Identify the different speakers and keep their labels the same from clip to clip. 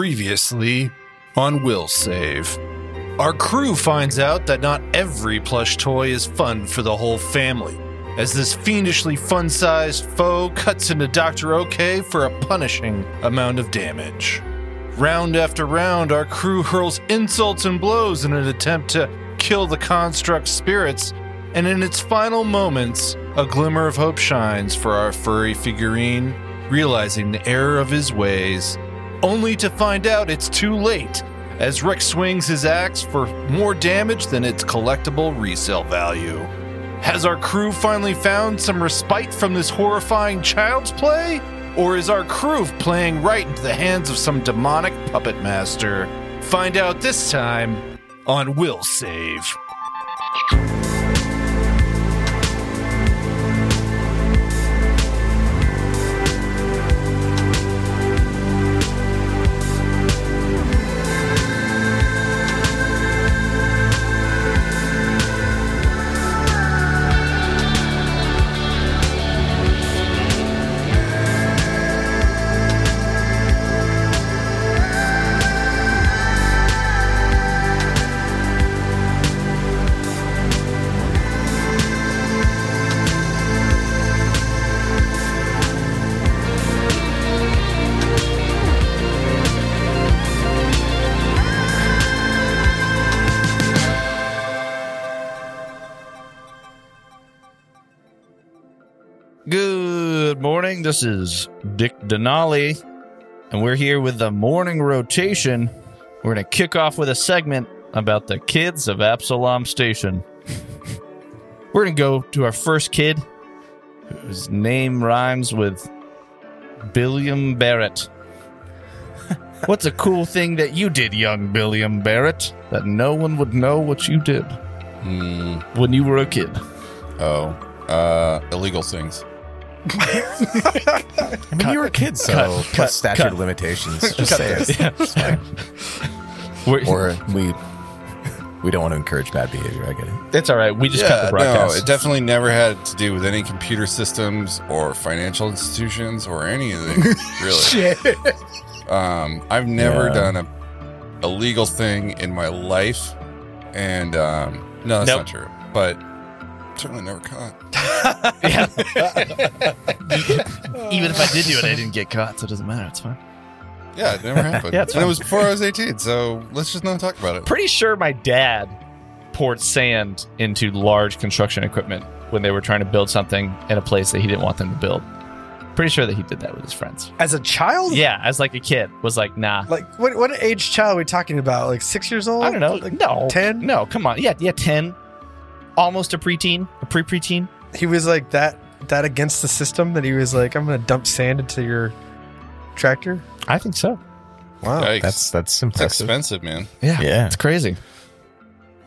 Speaker 1: previously on Will Save. Our crew finds out that not every plush toy is fun for the whole family, as this fiendishly fun sized foe cuts into Dr. OK for a punishing amount of damage. Round after round, our crew hurls insults and blows in an attempt to kill the construct's spirits, and in its final moments, a glimmer of hope shines for our furry figurine, realizing the error of his ways, only to find out it's too late as Rick swings his axe for more damage than its collectible resale value. Has our crew finally found some respite from this horrifying child's play? Or is our crew playing right into the hands of some demonic puppet master? Find out this time on Will Save.
Speaker 2: Good morning. This is Dick Denali, and we're here with the morning rotation. We're going to kick off with a segment about the kids of Absalom Station. we're going to go to our first kid, whose name rhymes with Billiam Barrett. What's a cool thing that you did, young Billiam Barrett, that no one would know what you did
Speaker 3: Hmm.
Speaker 2: when you were a kid?
Speaker 4: Oh, uh, illegal things.
Speaker 3: I mean, you were a kid, so cut, statute
Speaker 2: cut.
Speaker 3: of limitations. Just say it. It's fine.
Speaker 2: We're-
Speaker 3: Or we we don't want to encourage bad behavior. I get it.
Speaker 2: it's all right. We just cut the broadcast.
Speaker 4: no, it definitely never had to do with any computer systems or financial institutions or anything. Really, Um, I've never
Speaker 3: Yeah.
Speaker 4: done a illegal thing in my life, and um, no, that's
Speaker 2: Nope.
Speaker 4: not true. But certainly never caught.
Speaker 2: Yeah. Even if I did do it, I didn't get caught, so it doesn't matter. It's fine.
Speaker 4: Yeah, it never happened.
Speaker 2: Yeah,
Speaker 4: and
Speaker 2: it's
Speaker 4: it
Speaker 2: fine.
Speaker 4: was before I was eighteen, so let's just not talk about it.
Speaker 2: Pretty sure my dad poured sand into large construction equipment when they were trying to build something in a place that he didn't want them to build. Pretty sure that he did that with his friends.
Speaker 5: As a child?
Speaker 2: Yeah, as like a kid, was like, nah.
Speaker 5: Like what what age child are we talking about? Like six years old?
Speaker 2: I don't know.
Speaker 5: Like
Speaker 2: no,
Speaker 5: ten?
Speaker 2: No, come on. Yeah, yeah, ten. Almost a preteen, a pre-preteen.
Speaker 5: He was like that that against the system that he was like, I'm gonna dump sand into your tractor.
Speaker 2: I think so.
Speaker 5: Wow.
Speaker 4: Yikes.
Speaker 3: That's that's
Speaker 4: it's
Speaker 3: impressive.
Speaker 4: expensive, man.
Speaker 2: Yeah.
Speaker 3: Yeah.
Speaker 2: It's crazy.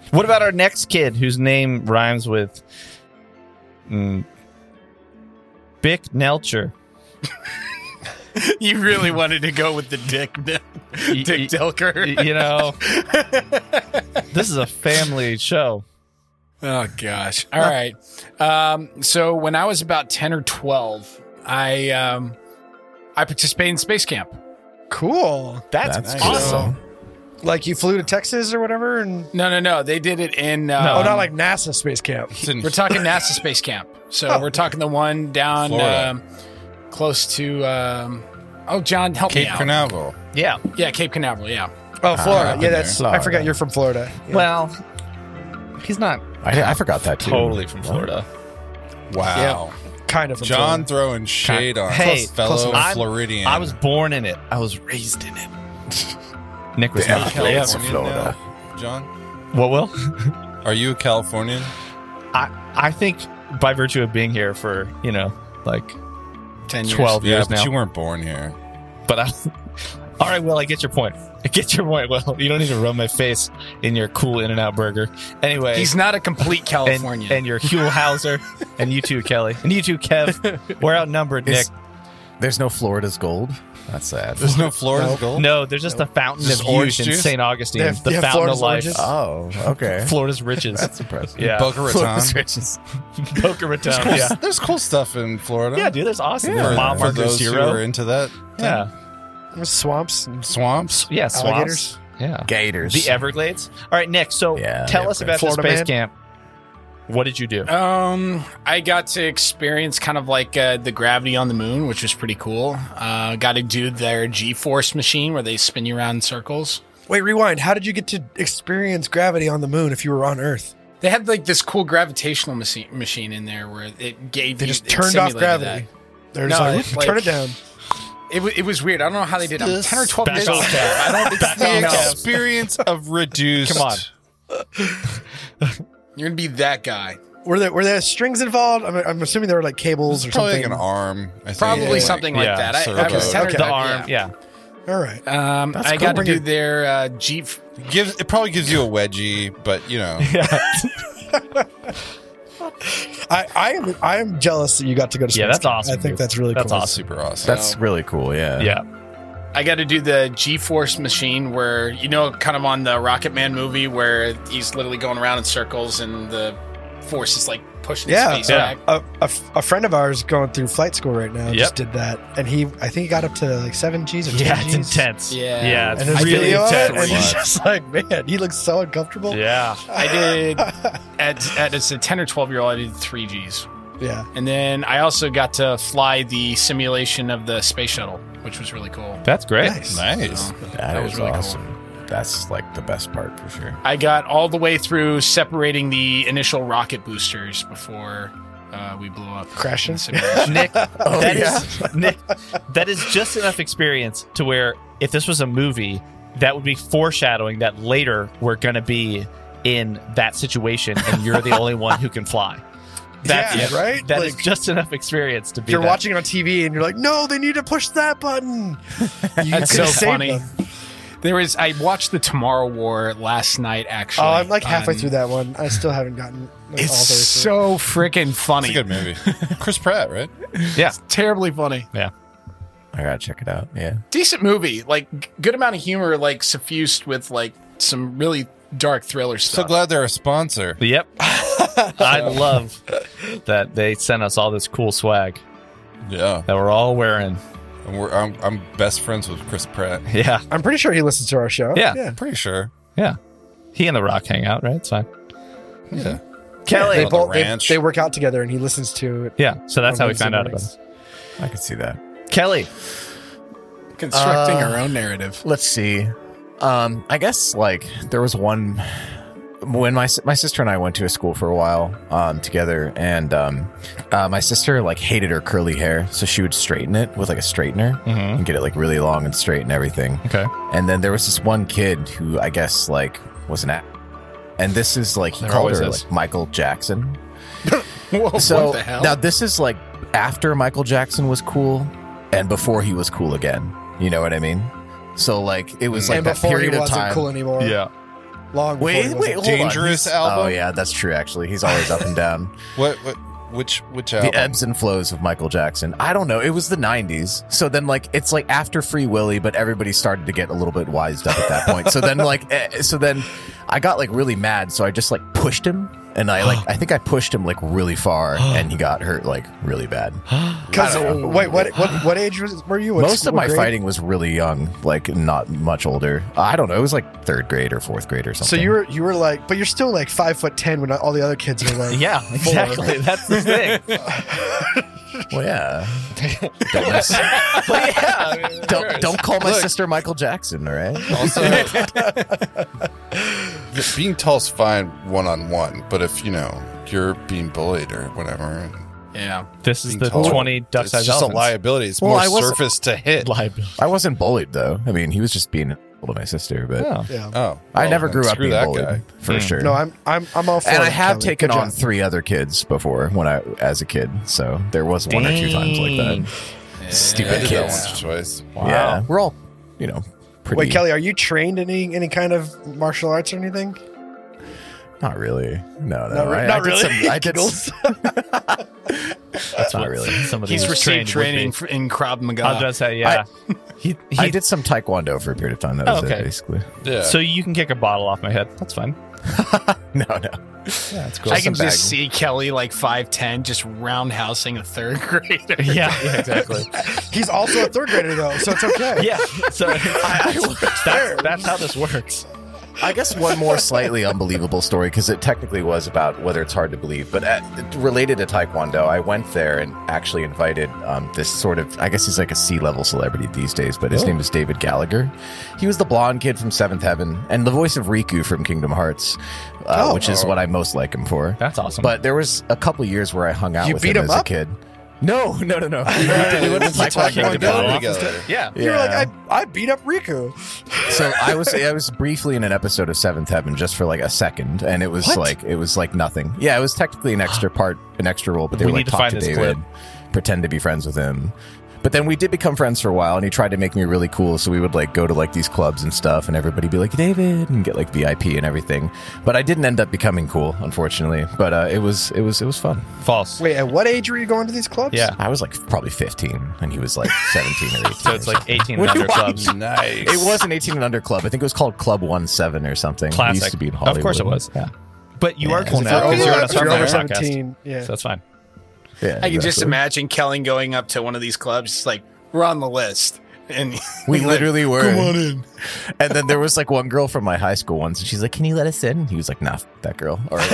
Speaker 2: What about our next kid whose name rhymes with mm, Bick Nelcher?
Speaker 6: You really wanted to go with the dick, Dick
Speaker 2: Y- y-
Speaker 6: Delker.
Speaker 2: y- you know, this is a family show.
Speaker 6: Oh gosh. All right. Um, so when I was about ten or twelve, I um, I participated in space camp.
Speaker 5: Cool.
Speaker 2: That's,
Speaker 6: awesome.
Speaker 5: Like you flew to Texas or whatever and
Speaker 6: No, no, no. They did it in. Uh,
Speaker 5: Oh
Speaker 2: No.
Speaker 5: not like NASA space camp.
Speaker 4: It's in
Speaker 6: We're talking NASA space camp. So we're talking the one down
Speaker 4: Florida.
Speaker 6: um, close to. Um, oh, John, help
Speaker 4: Cape
Speaker 6: me out.
Speaker 4: Canaveral.
Speaker 2: Yeah.
Speaker 6: Yeah, Cape Canaveral. Yeah.
Speaker 5: Oh Florida.
Speaker 4: okay.
Speaker 5: yeah, that's
Speaker 3: Florida.
Speaker 5: I forgot you're from Florida. Yeah.
Speaker 2: Well, he's not
Speaker 3: I, I forgot that too.
Speaker 2: totally from Florida.
Speaker 4: Wow,
Speaker 5: kind of from
Speaker 4: John
Speaker 5: Florida.
Speaker 4: throwing shade on
Speaker 2: Hey,
Speaker 4: his fellow
Speaker 2: I'm-
Speaker 4: Floridian.
Speaker 2: I was born in it. I was raised in it. Nick was
Speaker 4: Are you
Speaker 2: not.
Speaker 3: Yes,
Speaker 4: Californian
Speaker 3: Florida.
Speaker 4: now, John,
Speaker 2: What will?
Speaker 4: are you a Californian?
Speaker 2: I I think by virtue of being here for you know like
Speaker 6: Ten years.
Speaker 2: twelve
Speaker 4: Yeah,
Speaker 2: years
Speaker 4: but
Speaker 2: now,
Speaker 4: you weren't born here.
Speaker 2: But I, all right, Will, I get your point. I get your point, Will. You don't need to rub my face in your cool In and Out burger. Anyway,
Speaker 6: He's not a complete
Speaker 2: and,
Speaker 6: Californian.
Speaker 2: and your Huel Hauser, and you too, Kelly, and you too, Kev. We're outnumbered, Nick.
Speaker 3: It's- There's no Florida's gold. That's sad.
Speaker 4: There's no Florida's gold.
Speaker 2: No, there's just the fountain
Speaker 4: Just
Speaker 2: of
Speaker 4: orange
Speaker 2: youth in
Speaker 4: juice?
Speaker 2: St. Augustine,
Speaker 5: They
Speaker 2: the
Speaker 5: have- they have
Speaker 2: fountain
Speaker 5: Florida's
Speaker 2: of life,
Speaker 5: oranges?
Speaker 3: Oh, okay.
Speaker 2: Florida's riches.
Speaker 3: That's impressive.
Speaker 2: yeah,
Speaker 4: Boca Raton.
Speaker 3: Florida's riches.
Speaker 2: Boca Raton. Yeah,
Speaker 4: There's cool stuff in Florida.
Speaker 2: yeah, dude, that's awesome.
Speaker 4: For,
Speaker 2: Mile
Speaker 4: for
Speaker 2: marker
Speaker 4: those who are
Speaker 2: zero.
Speaker 4: into that.
Speaker 2: Yeah,
Speaker 5: Swamps. And
Speaker 4: Swamps.
Speaker 2: Yeah, swamps.
Speaker 5: Alligators?
Speaker 2: Yeah.
Speaker 3: Gators.
Speaker 2: The Everglades. All right, Nick. So
Speaker 3: Yeah,
Speaker 2: tell
Speaker 3: the
Speaker 2: us about
Speaker 5: Everglades.
Speaker 2: this base
Speaker 5: Florida man.
Speaker 2: camp. What did you do?
Speaker 6: Um, I got to experience kind of like uh, the gravity on the moon, which was pretty cool. Uh, got to do their G-force machine where they spin you around in circles.
Speaker 5: Wait, rewind. How did you get to experience gravity on the moon if you were on Earth?
Speaker 6: They had like this cool gravitational machi- machine in there where it gave
Speaker 5: They
Speaker 6: you-
Speaker 5: just
Speaker 6: it
Speaker 5: turned off
Speaker 6: simulated
Speaker 5: gravity. They're just
Speaker 6: No,
Speaker 5: like,
Speaker 6: it's like-
Speaker 5: turn it down.
Speaker 6: that. It, wa- it was weird. I don't know how they did. it. I'm ten or twelve years old.
Speaker 2: off, Kev.
Speaker 6: I don't. It's
Speaker 1: The
Speaker 6: no.
Speaker 1: experience of reduced.
Speaker 2: Come on.
Speaker 6: You're gonna be that guy.
Speaker 5: Were there were there strings involved? I'm, I'm assuming there were like cables or
Speaker 4: Probably like
Speaker 5: something.
Speaker 4: an arm. I think.
Speaker 6: Probably
Speaker 4: Like-
Speaker 6: something like
Speaker 2: Yeah,
Speaker 6: that. I, I
Speaker 4: circle.
Speaker 6: was 10 or
Speaker 5: Okay.
Speaker 6: 12,
Speaker 2: The arm.
Speaker 6: yeah.
Speaker 2: Yeah.
Speaker 5: All right.
Speaker 6: Um, I
Speaker 5: cool.
Speaker 6: got to
Speaker 5: Bring
Speaker 6: do
Speaker 5: it-
Speaker 6: their uh, Jeep.
Speaker 4: gives it probably gives you a wedgie, but you know,
Speaker 5: I, I am I am jealous that you got to go to.
Speaker 2: Yeah,
Speaker 5: space
Speaker 2: that's
Speaker 5: camp.
Speaker 2: awesome,
Speaker 5: I think
Speaker 2: dude.
Speaker 5: that's really
Speaker 2: That's
Speaker 5: cool.
Speaker 2: awesome.
Speaker 4: super awesome.
Speaker 3: That's really cool. Yeah.
Speaker 2: Yeah.
Speaker 6: I got to do the G-force machine where you know, kind of on the Rocket Man movie where he's literally going around in circles and the force is like pushing
Speaker 5: Yeah,
Speaker 6: his face
Speaker 2: yeah.
Speaker 6: back.
Speaker 5: A, a f- a friend of ours going through flight school right now
Speaker 2: Yep.
Speaker 5: just did that, and he I think he got up to like seven G's or ten
Speaker 2: Yeah. It's
Speaker 5: G's.
Speaker 2: intense.
Speaker 6: Yeah.
Speaker 2: Yeah.
Speaker 5: And
Speaker 2: It's
Speaker 5: his
Speaker 2: really
Speaker 5: video of it, and
Speaker 2: intense.
Speaker 5: he's just like, man, he looks so uncomfortable.
Speaker 2: Yeah.
Speaker 6: I did at at as a ten or twelve year old. I did three Gs,
Speaker 5: Yeah.
Speaker 6: and then I also got to fly the simulation of the space shuttle, which was really cool.
Speaker 2: That's great.
Speaker 5: Nice.
Speaker 4: nice.
Speaker 3: that
Speaker 6: was
Speaker 3: is
Speaker 6: really cool.
Speaker 3: awesome. That's like the best part for sure.
Speaker 6: I got all the way through separating the initial rocket boosters before uh, we blew up.
Speaker 5: Crashing?
Speaker 6: Simulation.
Speaker 2: Nick,
Speaker 6: Oh,
Speaker 2: that is- Nick, that is just enough experience to where if this was a movie, that would be foreshadowing that later we're going to be in that situation and you're the only one who can fly. That's
Speaker 5: Yeah,
Speaker 2: it.
Speaker 5: right?
Speaker 2: That is
Speaker 5: Like-
Speaker 2: just enough experience to be.
Speaker 5: You're
Speaker 2: that.
Speaker 5: watching it on TV and you're like, no, they need to push that button. You
Speaker 6: That's so
Speaker 5: could've saved
Speaker 6: funny.
Speaker 5: them.
Speaker 6: There was I watched the Tomorrow War last night. Actually,
Speaker 5: Oh, I'm like halfway
Speaker 6: on-
Speaker 5: through that one. I still haven't gotten like,
Speaker 6: It's
Speaker 5: all the way through.
Speaker 6: so freaking
Speaker 4: It's a
Speaker 6: funny.
Speaker 4: good movie. Chris Pratt, right?
Speaker 2: Yeah,
Speaker 6: Terribly funny.
Speaker 2: yeah.
Speaker 3: I gotta check it out. Yeah.
Speaker 6: Decent movie. Like g- good amount of humor. Like suffused with like some really dark thriller
Speaker 4: So
Speaker 6: stuff.
Speaker 4: glad they're a sponsor.
Speaker 2: Yep. I love that they sent us all this cool swag
Speaker 4: Yeah,
Speaker 2: that we're all wearing.
Speaker 4: and we're I'm, I'm best friends with Chris Pratt.
Speaker 2: Yeah.
Speaker 5: I'm pretty sure he listens to our show.
Speaker 2: Yeah.
Speaker 4: I'm pretty sure.
Speaker 2: Yeah. He and The Rock hang out, right? It's fine.
Speaker 4: Yeah,
Speaker 5: They,
Speaker 2: Kelly.
Speaker 4: On the
Speaker 5: both, they,
Speaker 4: ranch.
Speaker 5: they work out together and he listens to it.
Speaker 2: Yeah. So that's
Speaker 5: On
Speaker 2: how we
Speaker 5: Wednesday
Speaker 2: found out about
Speaker 5: mornings.
Speaker 2: it.
Speaker 3: I could see that.
Speaker 2: Kelly.
Speaker 6: Constructing
Speaker 3: Uh,
Speaker 6: her own narrative.
Speaker 3: Let's see. Um, I guess like there was one when my my sister and I went to a school for a while um, together, and um, uh, my sister like hated her curly hair, so she would straighten it with like a straightener
Speaker 2: Mm-hmm.
Speaker 3: and get it like really long and straight and everything.
Speaker 2: Okay.
Speaker 3: And then there was this one kid who I guess like was an act. And this is like he
Speaker 2: There
Speaker 3: called
Speaker 2: always
Speaker 3: her
Speaker 2: is.
Speaker 3: like Michael Jackson.
Speaker 6: Whoa,
Speaker 3: So
Speaker 6: what the hell?
Speaker 3: now this is like after Michael Jackson was cool and before he was cool again. You know what I mean? So like it was like
Speaker 5: and
Speaker 3: that
Speaker 5: before he
Speaker 3: period of
Speaker 5: wasn't
Speaker 3: time.
Speaker 5: cool anymore. Long before he
Speaker 3: Wait,
Speaker 5: wasn't.
Speaker 3: wait, hold
Speaker 4: Dangerous
Speaker 3: on. He's-
Speaker 4: album?
Speaker 3: Oh yeah, that's true. Actually, he's always up and down.
Speaker 4: What what which which
Speaker 3: the
Speaker 4: album?
Speaker 3: ebbs and flows of Michael Jackson. I don't know. It was the '90s, so then like it's like after Free Willy, but everybody started to get a little bit wised up at that point. So then like eh, so then I got like really mad, so I just like pushed him, and I like I think I pushed him like really far, and he got hurt like really bad.
Speaker 5: Because wait, what, what what age was, were you? What
Speaker 3: Most
Speaker 5: school
Speaker 3: of my
Speaker 5: grade?
Speaker 3: fighting was really young, like not much older. I don't know. It was like third grade or fourth grade or
Speaker 5: So
Speaker 3: something.
Speaker 5: you were you were like, but you're still like five foot ten when all the other kids are like,
Speaker 2: Yeah, exactly. That's the thing.
Speaker 3: Well, yeah. don't, mess- Well, yeah. don't, don't call my
Speaker 4: Look.
Speaker 3: sister Michael Jackson, all right?
Speaker 4: Also, th- being tall's fine one on one, but if you know you're being bullied or whatever,
Speaker 6: yeah.
Speaker 2: This is
Speaker 4: being
Speaker 2: the
Speaker 4: tall,
Speaker 2: 20 duck
Speaker 4: it's
Speaker 2: sized
Speaker 4: just a
Speaker 2: elephants.
Speaker 4: liability. It's
Speaker 3: Well,
Speaker 4: more
Speaker 3: I wasn't-
Speaker 4: surface to hit.
Speaker 2: Liability.
Speaker 3: I wasn't bullied, though. I mean, he was just being an asshole to my sister, but
Speaker 2: Yeah.
Speaker 5: yeah.
Speaker 4: Oh,
Speaker 3: I
Speaker 4: well,
Speaker 3: never
Speaker 4: then
Speaker 3: grew up
Speaker 4: screw
Speaker 3: being
Speaker 4: that
Speaker 3: bullied,
Speaker 4: guy.
Speaker 3: for sure.
Speaker 5: Hmm. No, I'm I'm I'm all for
Speaker 3: and
Speaker 5: it,
Speaker 3: I have
Speaker 5: Kelly.
Speaker 3: taken
Speaker 5: Good
Speaker 3: on
Speaker 5: job.
Speaker 3: three other kids before when I as a kid. So there was one or two times like that.
Speaker 4: I
Speaker 3: Stupid
Speaker 4: did that
Speaker 3: kids.
Speaker 4: once or twice.
Speaker 3: Yeah. uh, We're all, you know, pretty
Speaker 5: Wait, Kelly, are you trained in any any kind of martial arts or anything?
Speaker 3: Not really. No, no.
Speaker 5: Not re-
Speaker 3: I,
Speaker 5: not
Speaker 3: I did
Speaker 5: really.
Speaker 3: some- I did,
Speaker 5: Giggles.
Speaker 2: That's
Speaker 3: Not
Speaker 2: what
Speaker 3: really.
Speaker 2: Some of
Speaker 6: He's
Speaker 2: these
Speaker 6: received training
Speaker 2: trained would
Speaker 6: f- in Krav
Speaker 2: be. I was
Speaker 6: Maga.
Speaker 2: gonna say yeah. he, he,
Speaker 3: I did some taekwondo for a period of time. That was
Speaker 2: Oh, okay.
Speaker 3: it, basically.
Speaker 4: Yeah.
Speaker 2: So you can kick a bottle off my head. That's fine.
Speaker 3: No, no.
Speaker 2: Yeah, that's cool.
Speaker 6: I can
Speaker 3: some
Speaker 6: just
Speaker 3: bag.
Speaker 6: see Kelly like five ten, just roundhousing a third grader.
Speaker 2: yeah, yeah, exactly.
Speaker 5: He's also a third grader though, so it's okay.
Speaker 2: yeah. So that's, that's how this works.
Speaker 3: I guess one more slightly unbelievable story because it technically was about whether it's hard to believe, but uh related to Taekwondo, I went there and actually invited um, this sort of, I guess he's like a sea level celebrity these days, but his name is David Gallagher. He was the blonde kid from Seventh Heaven and the voice of Riku from Kingdom Hearts, uh,
Speaker 5: Oh.
Speaker 3: which is what I most like him for.
Speaker 2: That's awesome.
Speaker 3: But there was a couple years where I hung out
Speaker 5: You
Speaker 3: with
Speaker 5: beat
Speaker 3: him,
Speaker 5: him
Speaker 3: as
Speaker 5: up?
Speaker 3: a kid. No, no, no, no. We did- we went to
Speaker 5: Taekwondo.
Speaker 3: Taekwondo.
Speaker 5: Taekwondo.
Speaker 4: Together.
Speaker 2: yeah,
Speaker 5: You're
Speaker 3: Yeah.
Speaker 5: like I, I beat up Riku.
Speaker 3: So I was I was briefly in an episode of Seventh Heaven just for like a second, and it was
Speaker 5: What?
Speaker 3: like it was like nothing. Yeah, it was technically an extra part, an extra role, but they
Speaker 2: We
Speaker 3: were
Speaker 2: need to
Speaker 3: like talk
Speaker 2: find
Speaker 3: to
Speaker 2: this
Speaker 3: David, pretend to be friends with him. But then we did become friends for a while, and he tried to make me really cool. So we would like go to like these clubs and stuff, and everybody be like David and get like VIP and everything. But I didn't end up becoming cool, unfortunately. But uh, it was it was it was fun.
Speaker 2: false.
Speaker 5: Wait, at what age were you going to these clubs?
Speaker 2: Yeah.
Speaker 3: I was like probably fifteen, and he was like seventeen or eighteen.
Speaker 2: So it's like 18
Speaker 3: Which
Speaker 2: and under
Speaker 3: one?
Speaker 2: clubs.
Speaker 4: Nice.
Speaker 3: It was an 18 and under club. I think it was called Club One Seven or something. It
Speaker 2: Classic.
Speaker 3: used to be in Hollywood.
Speaker 2: Of course it was.
Speaker 3: Yeah.
Speaker 2: But you
Speaker 3: Yeah.
Speaker 2: are cool
Speaker 3: If
Speaker 2: now
Speaker 5: you're
Speaker 2: because you're on
Speaker 5: over-
Speaker 2: a
Speaker 5: if Oh, you're
Speaker 2: Starfire
Speaker 5: over
Speaker 2: podcast.
Speaker 5: 17, yeah.
Speaker 2: So that's fine.
Speaker 3: Yeah,
Speaker 6: I can just
Speaker 3: exactly.
Speaker 6: imagine Kelly going up to one of these clubs, just like we're on the list, and
Speaker 3: We literally were.
Speaker 6: come on in.
Speaker 3: And then there was like one girl from my high school once, and she's like, "Can you let us in?" He was like, "Nah, f- that girl." Or like,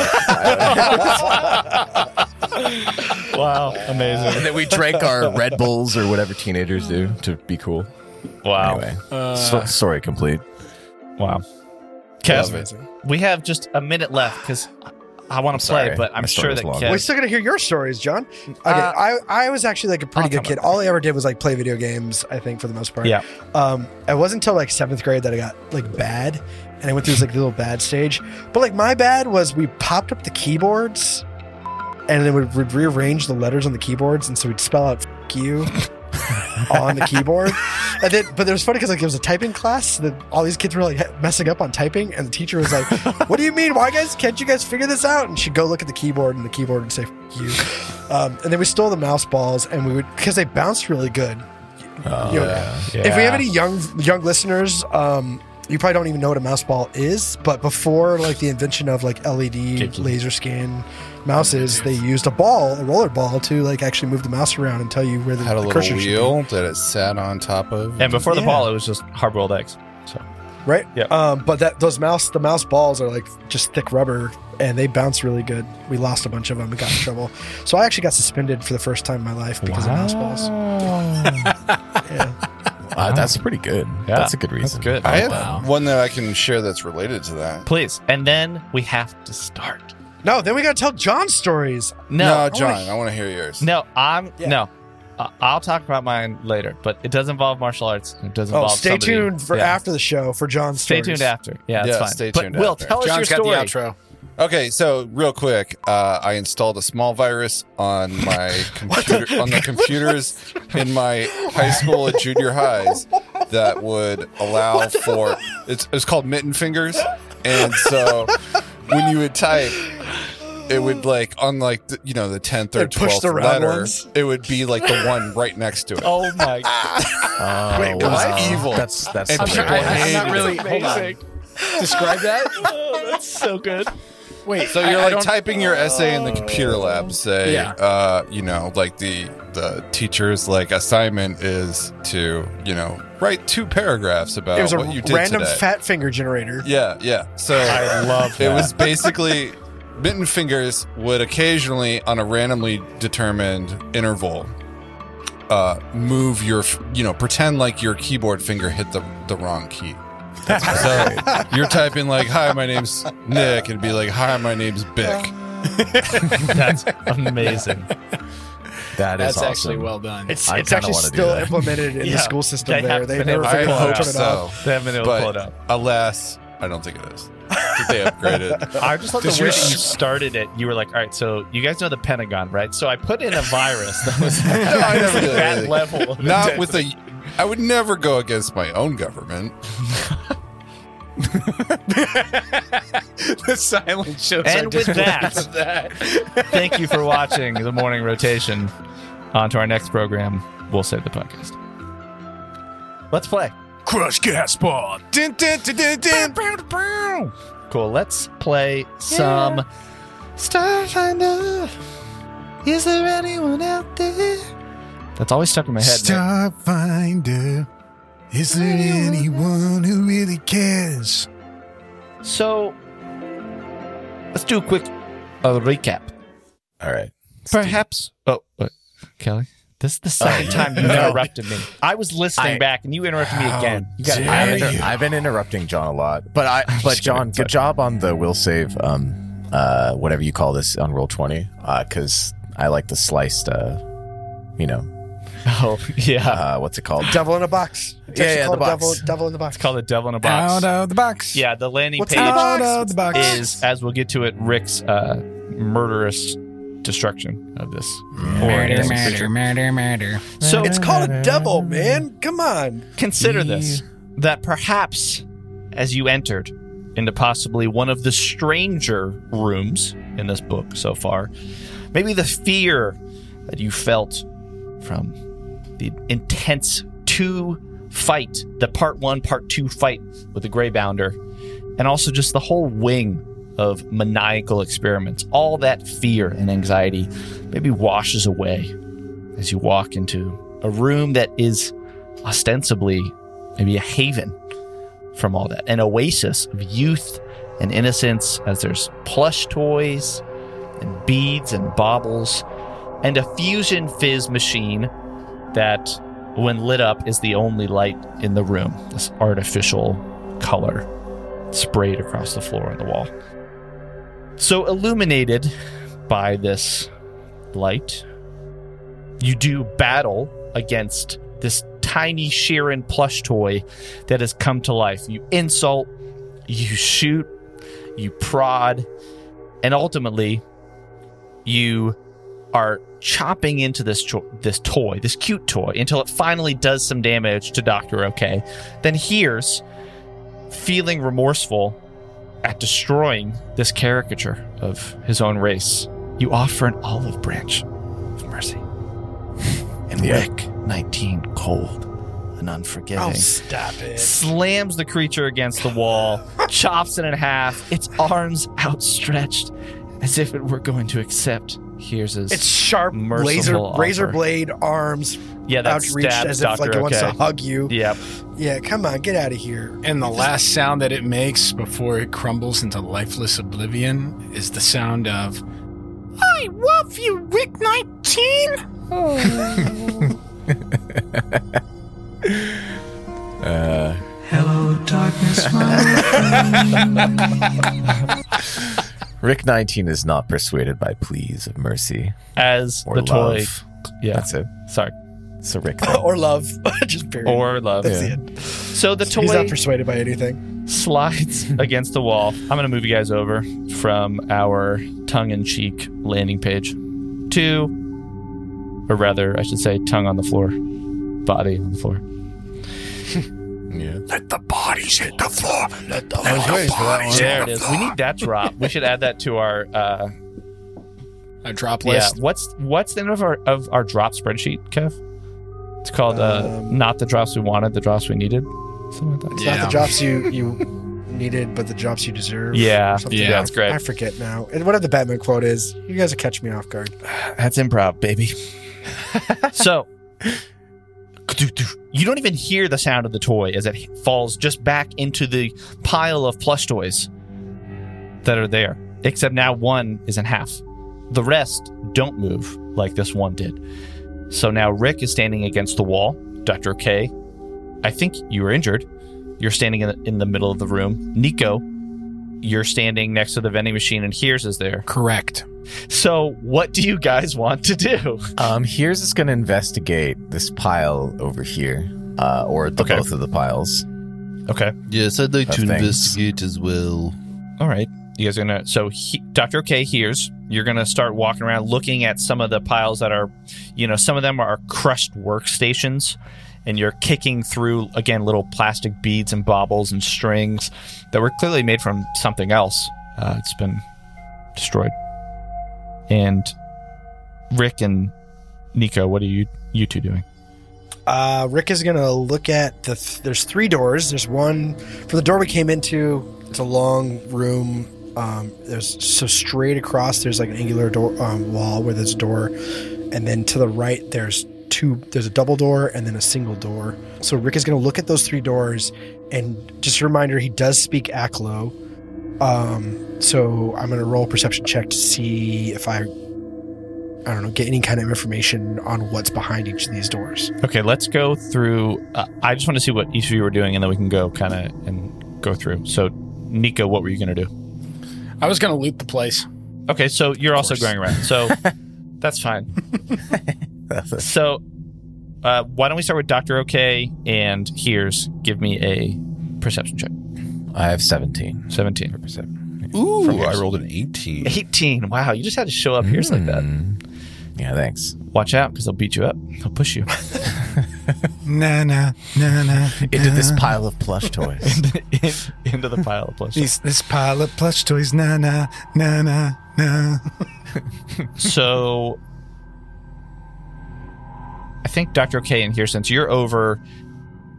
Speaker 3: I don't know.
Speaker 2: Wow. Amazing.
Speaker 3: and then we drank our Red Bulls or whatever teenagers do to be cool.
Speaker 2: Wow. Uh,
Speaker 3: Anyway, so, sorry, complete.
Speaker 2: Wow.
Speaker 4: Love
Speaker 2: Kev,
Speaker 4: it.
Speaker 2: we have just a minute left because I want to
Speaker 3: sorry.
Speaker 2: play, but I'm
Speaker 3: My
Speaker 2: sure
Speaker 3: story
Speaker 2: that
Speaker 3: was long.
Speaker 2: Kev.
Speaker 5: We're still gonna hear your stories, John. Okay, I, I was actually like a pretty
Speaker 2: Uh, I'll
Speaker 5: good
Speaker 2: come
Speaker 5: kid.
Speaker 2: up.
Speaker 5: All I ever did was like play video games. I think for the most part.
Speaker 2: Yeah.
Speaker 5: Um, it wasn't until like seventh grade that I got like bad, and I went through this like little bad stage. But like my bad was we popped up the keyboards, and then we'd, we'd rearrange the letters on the keyboards, and so we'd spell out "f you" on the keyboard. And then, but it was funny because like it was a typing class, so that all these kids were like messing up on typing, and the teacher was like, "What do you mean? Why guys can't you guys figure this out?" And she'd go look at the keyboard and the keyboard and say "F you," um, and then we stole the mouse balls, and we would because they bounced really good.
Speaker 4: Oh,
Speaker 5: You know, if we have any young young listeners, um, you probably don't even know what a mouse ball is. But before like the invention of like LED
Speaker 2: Kick you.
Speaker 5: laser scan mouses, they used a ball, a roller ball, to like actually move the mouse around and tell you where the,
Speaker 4: had a
Speaker 5: the
Speaker 4: little
Speaker 5: cursor should be.
Speaker 4: wheel that it sat on top of.
Speaker 2: And before the
Speaker 5: Yeah.
Speaker 2: ball, it was just hard boiled eggs. So
Speaker 5: Right.
Speaker 2: Yeah.
Speaker 5: Um, but that those mouse the mouse balls are like just thick rubber and they bounce really good. We lost a bunch of them and got in trouble. So I actually got suspended for the first time in my life because of mouse balls.
Speaker 3: Uh, that's pretty good.
Speaker 2: Yeah,
Speaker 3: that's a good reason.
Speaker 2: good.
Speaker 4: I have
Speaker 3: Wow.
Speaker 4: one that I can share that's related to that.
Speaker 2: Please. And then we have to start.
Speaker 5: No, then we gotta tell John's stories.
Speaker 2: No,
Speaker 4: John, I want to hear yours.
Speaker 2: no, I'm
Speaker 5: Yeah.
Speaker 2: no. I- I'll talk about mine later, but it does involve martial arts. It does
Speaker 5: Oh,
Speaker 2: involve.
Speaker 5: stay
Speaker 2: somebody-
Speaker 5: tuned for
Speaker 2: Yeah.
Speaker 5: after the show for John's
Speaker 2: Stay
Speaker 5: stories.
Speaker 2: tuned after. Yeah, that's
Speaker 4: Yeah,
Speaker 2: fine.
Speaker 4: stay tuned
Speaker 2: But Will,
Speaker 4: after.
Speaker 2: tell us
Speaker 6: John's
Speaker 2: your
Speaker 6: got the
Speaker 2: story.
Speaker 6: outro.
Speaker 4: Okay, so real quick, uh, I installed a small virus on my computer on the computers in my high school and junior highs that would allow for it's it's called mitten fingers, and so when you would type. It would like on like the, you know the tenth or
Speaker 5: It'd push
Speaker 4: twelfth
Speaker 5: the round
Speaker 4: letter.
Speaker 5: ones.
Speaker 4: It would be like the one right next to it.
Speaker 2: Oh my!
Speaker 3: Oh,
Speaker 4: Wait,
Speaker 3: wow.
Speaker 4: what? Evil.
Speaker 3: That's that's.
Speaker 4: And
Speaker 3: so
Speaker 4: people
Speaker 3: good.
Speaker 6: I- I'm
Speaker 4: hated
Speaker 6: not
Speaker 4: it.
Speaker 6: really. Hold on. Describe that.
Speaker 2: oh, that's so good.
Speaker 6: Wait.
Speaker 4: So you're
Speaker 6: I- I
Speaker 4: like
Speaker 6: don't- Oh.
Speaker 4: typing your essay in the computer lab, say,
Speaker 6: Yeah.
Speaker 4: uh, you know, like the the teacher's like assignment is to, you know, write two paragraphs about
Speaker 5: It
Speaker 3: Uh,
Speaker 5: was a
Speaker 4: what you did
Speaker 5: random
Speaker 4: today.
Speaker 5: fat finger generator.
Speaker 4: yeah, yeah. So I love it was basically mitten fingers would occasionally on a randomly determined interval uh, move your, f- you know, pretend like your keyboard finger hit the the wrong key. So you're typing like, "Hi, my name's Nick," and it'd be like, "Hi, my name's Bick."
Speaker 2: That's amazing.
Speaker 3: That is
Speaker 6: That's
Speaker 3: awesome.
Speaker 6: actually well done.
Speaker 5: It's,
Speaker 3: I
Speaker 5: it's
Speaker 3: kinda
Speaker 5: actually
Speaker 3: wanna do
Speaker 5: still
Speaker 3: that.
Speaker 5: implemented in
Speaker 2: Yeah.
Speaker 5: the school system
Speaker 2: They
Speaker 5: there.
Speaker 2: haven't
Speaker 5: They
Speaker 2: been
Speaker 5: never
Speaker 2: able
Speaker 4: I
Speaker 2: to
Speaker 5: figured out how to
Speaker 4: hope
Speaker 5: turn it off.
Speaker 4: so.
Speaker 2: They haven't been able to pull it
Speaker 4: But
Speaker 2: up.
Speaker 4: alas, I don't think it is. Did they upgrade it?
Speaker 2: I just love the
Speaker 6: Does
Speaker 2: way
Speaker 6: your
Speaker 2: that
Speaker 6: sh-
Speaker 2: you started it. You were like, all right, so you guys know the Pentagon, right? So I put in a virus that was
Speaker 4: No, I never did
Speaker 2: that
Speaker 4: anything.
Speaker 2: level. of
Speaker 4: Not
Speaker 2: intensity.
Speaker 4: with a. I would never go against my own government.
Speaker 6: the silent shows.
Speaker 2: And
Speaker 6: are
Speaker 2: with
Speaker 6: just
Speaker 2: that-
Speaker 6: because of that.
Speaker 2: Thank you for watching the morning rotation. On to our next program. We'll save the podcast. Let's play.
Speaker 7: Crush Gaspar.
Speaker 4: Dun, dun, dun, dun, dun.
Speaker 2: Cool. Let's play some Starfinder. Is there anyone out there? That's always stuck in my head. Nick.
Speaker 7: Starfinder. Is there anyone who really cares?
Speaker 2: So let's do a quick uh, recap.
Speaker 3: All right.
Speaker 2: Perhaps. Oh, wait, Kelly. This is the second time you interrupted me. I was listening
Speaker 3: I-
Speaker 2: back, and you interrupted me again. You got
Speaker 3: I've
Speaker 2: it.
Speaker 3: been, I've been interrupting John a lot, but I but
Speaker 2: just kidding.
Speaker 3: John, good job on the will save, um, uh, whatever you call this on roll twenty, because I like the sliced, uh, you know,
Speaker 2: Oh, yeah.
Speaker 3: uh, what's it called?
Speaker 5: Devil in a box. It's actually
Speaker 3: Yeah, yeah,
Speaker 5: called
Speaker 3: the
Speaker 5: devil,
Speaker 3: box.
Speaker 5: devil in the box.
Speaker 2: It's called the devil in a box.
Speaker 7: Out of the box.
Speaker 2: Yeah, the landing
Speaker 5: What's
Speaker 2: page
Speaker 5: up?
Speaker 7: Out of the box.
Speaker 2: is, as we'll get to it, Rick's uh, murderous destruction of this.
Speaker 6: Murder,
Speaker 2: organism
Speaker 6: murder,
Speaker 2: creature.
Speaker 6: murder, murder.
Speaker 2: So
Speaker 5: It's called a devil, man. Come on.
Speaker 2: consider this that perhaps as you entered into possibly one of the stranger rooms in this book so far, maybe the fear that you felt from the intense two fight, the part one, part two fight with the Greybounder, and also just the whole wing of maniacal experiments, all that fear and anxiety maybe washes away as you walk into a room that is ostensibly maybe a haven from all that, an oasis of youth and innocence, as there's plush toys and beads and baubles, and a fusion fizz machine that, when lit up, is the only light in the room. This artificial color sprayed across the floor and the wall. So, illuminated by this light, you do battle against this tiny Sheeran plush toy that has come to life. You insult, you shoot, you prod, and ultimately you are chopping into this cho- this toy, this cute toy, until it finally does some damage to Doctor OK. Then hears, feeling remorseful at destroying this caricature of his own race. You offer an olive branch of mercy. And
Speaker 3: Yeah.
Speaker 2: Rick, 19, cold and unforgiving,
Speaker 5: Oh, stop it.
Speaker 2: slams the creature against the wall, chops it in half, its arms outstretched as if it were going to accept Here's his.
Speaker 5: It's sharp
Speaker 2: Merciful
Speaker 5: laser
Speaker 2: offer.
Speaker 5: razor blade arms
Speaker 2: yeah, that
Speaker 5: outreached
Speaker 2: stabs
Speaker 5: as if
Speaker 2: Dr.
Speaker 5: like it wants to
Speaker 2: okay.
Speaker 5: hug you. Yeah,
Speaker 2: Yep.
Speaker 5: come on, get out of here.
Speaker 6: And the last sound that it makes before it crumbles into lifeless oblivion is the sound of I love you, Rick 19!
Speaker 3: Rick nineteen is not persuaded by pleas of mercy
Speaker 2: As
Speaker 3: or
Speaker 2: the
Speaker 3: love.
Speaker 2: toy. Yeah.
Speaker 3: That's it.
Speaker 2: Sorry.
Speaker 3: It's a Rick.
Speaker 5: or love. Just period.
Speaker 2: Or love.
Speaker 5: That's
Speaker 3: Yeah.
Speaker 5: it.
Speaker 2: So the
Speaker 5: He's
Speaker 2: toy
Speaker 5: not persuaded by anything.
Speaker 2: slides against the wall. I'm going to move you guys over from our tongue in cheek landing page to, or rather, I should say, tongue on the floor, body on the floor.
Speaker 4: Yeah.
Speaker 7: Let the bodies hit the floor. Let the,
Speaker 4: I was waiting for that one.
Speaker 2: There it is. We need that drop. We should add that to our uh
Speaker 6: A drop
Speaker 2: yeah.
Speaker 6: list.
Speaker 2: What's what's the name of our of our drop spreadsheet, Kev? It's called uh,
Speaker 5: Um,
Speaker 2: not the drops we wanted, the drops we needed. Something like that.
Speaker 5: It's not the drops you you needed, but the drops you deserve.
Speaker 2: Yeah.
Speaker 5: or something.
Speaker 6: Yeah,
Speaker 2: that's great.
Speaker 5: I forget now. And whatever the Batman quote is, you guys will catch me off guard.
Speaker 2: That's improv, baby. so you don't even hear the sound of the toy as it falls just back into the pile of plush toys that are there. Except now one is in half. The rest don't move like this one did. So now Rick is standing against the wall. Dr. K, I think you were injured. You're standing in the, in the middle of the room. Nico, you're standing next to the vending machine, and Hears is there.
Speaker 6: Correct.
Speaker 2: So, what do you guys want to do?
Speaker 3: Um, here's is going to investigate this pile over here, uh, or the,
Speaker 2: Okay.
Speaker 3: both of the piles.
Speaker 2: Okay.
Speaker 1: Yes, I'd like
Speaker 3: Uh,
Speaker 1: to
Speaker 3: thanks.
Speaker 1: investigate as well.
Speaker 2: All right. You guys are gonna. So he, Dr. K hears you're gonna start walking around, looking at some of the piles that are, you know, some of them are crushed workstations, and you're kicking through again little plastic beads and baubles and strings that were clearly made from something else. Uh, it's been destroyed. And Rick and Nico, what are you you two doing?
Speaker 5: Uh, Rick is gonna look at the. Th- there's three doors. There's one for the door we came into. It's a long room. Um, there's so straight across. There's like an angular door um, wall where there's a door, and then to the right there's two. There's a double door and then a single door. So Rick is gonna look at those three doors, and just a reminder, he does speak Aklo. Um, so I'm gonna roll a perception check to see if I. I don't know, get any kind of information on what's behind each of these doors.
Speaker 2: Okay, let's go through. Uh, I just want to see what each of you were doing, and then we can go kind of and go through. So, Nico, what were you going to do?
Speaker 6: I was gonna loot the place.
Speaker 2: Okay, so you're also going around. So that's fine. so, uh, why don't we start with Doctor OK? And here's give me a perception check.
Speaker 3: I have 17.
Speaker 2: Seventeen.
Speaker 4: Ooh, I rolled an 18.
Speaker 2: Eighteen. Wow, you just had to show up here like that.
Speaker 3: Yeah, thanks.
Speaker 2: Watch out, because they'll beat you up. They'll push you.
Speaker 7: Nah, nah, nah, nah.
Speaker 3: Into this pile of plush toys.
Speaker 2: In- into the pile of plush.
Speaker 7: These, this pile of plush toys. Nah, nah, nah, nah, nah.
Speaker 2: So I think Dr. K in here, since you're over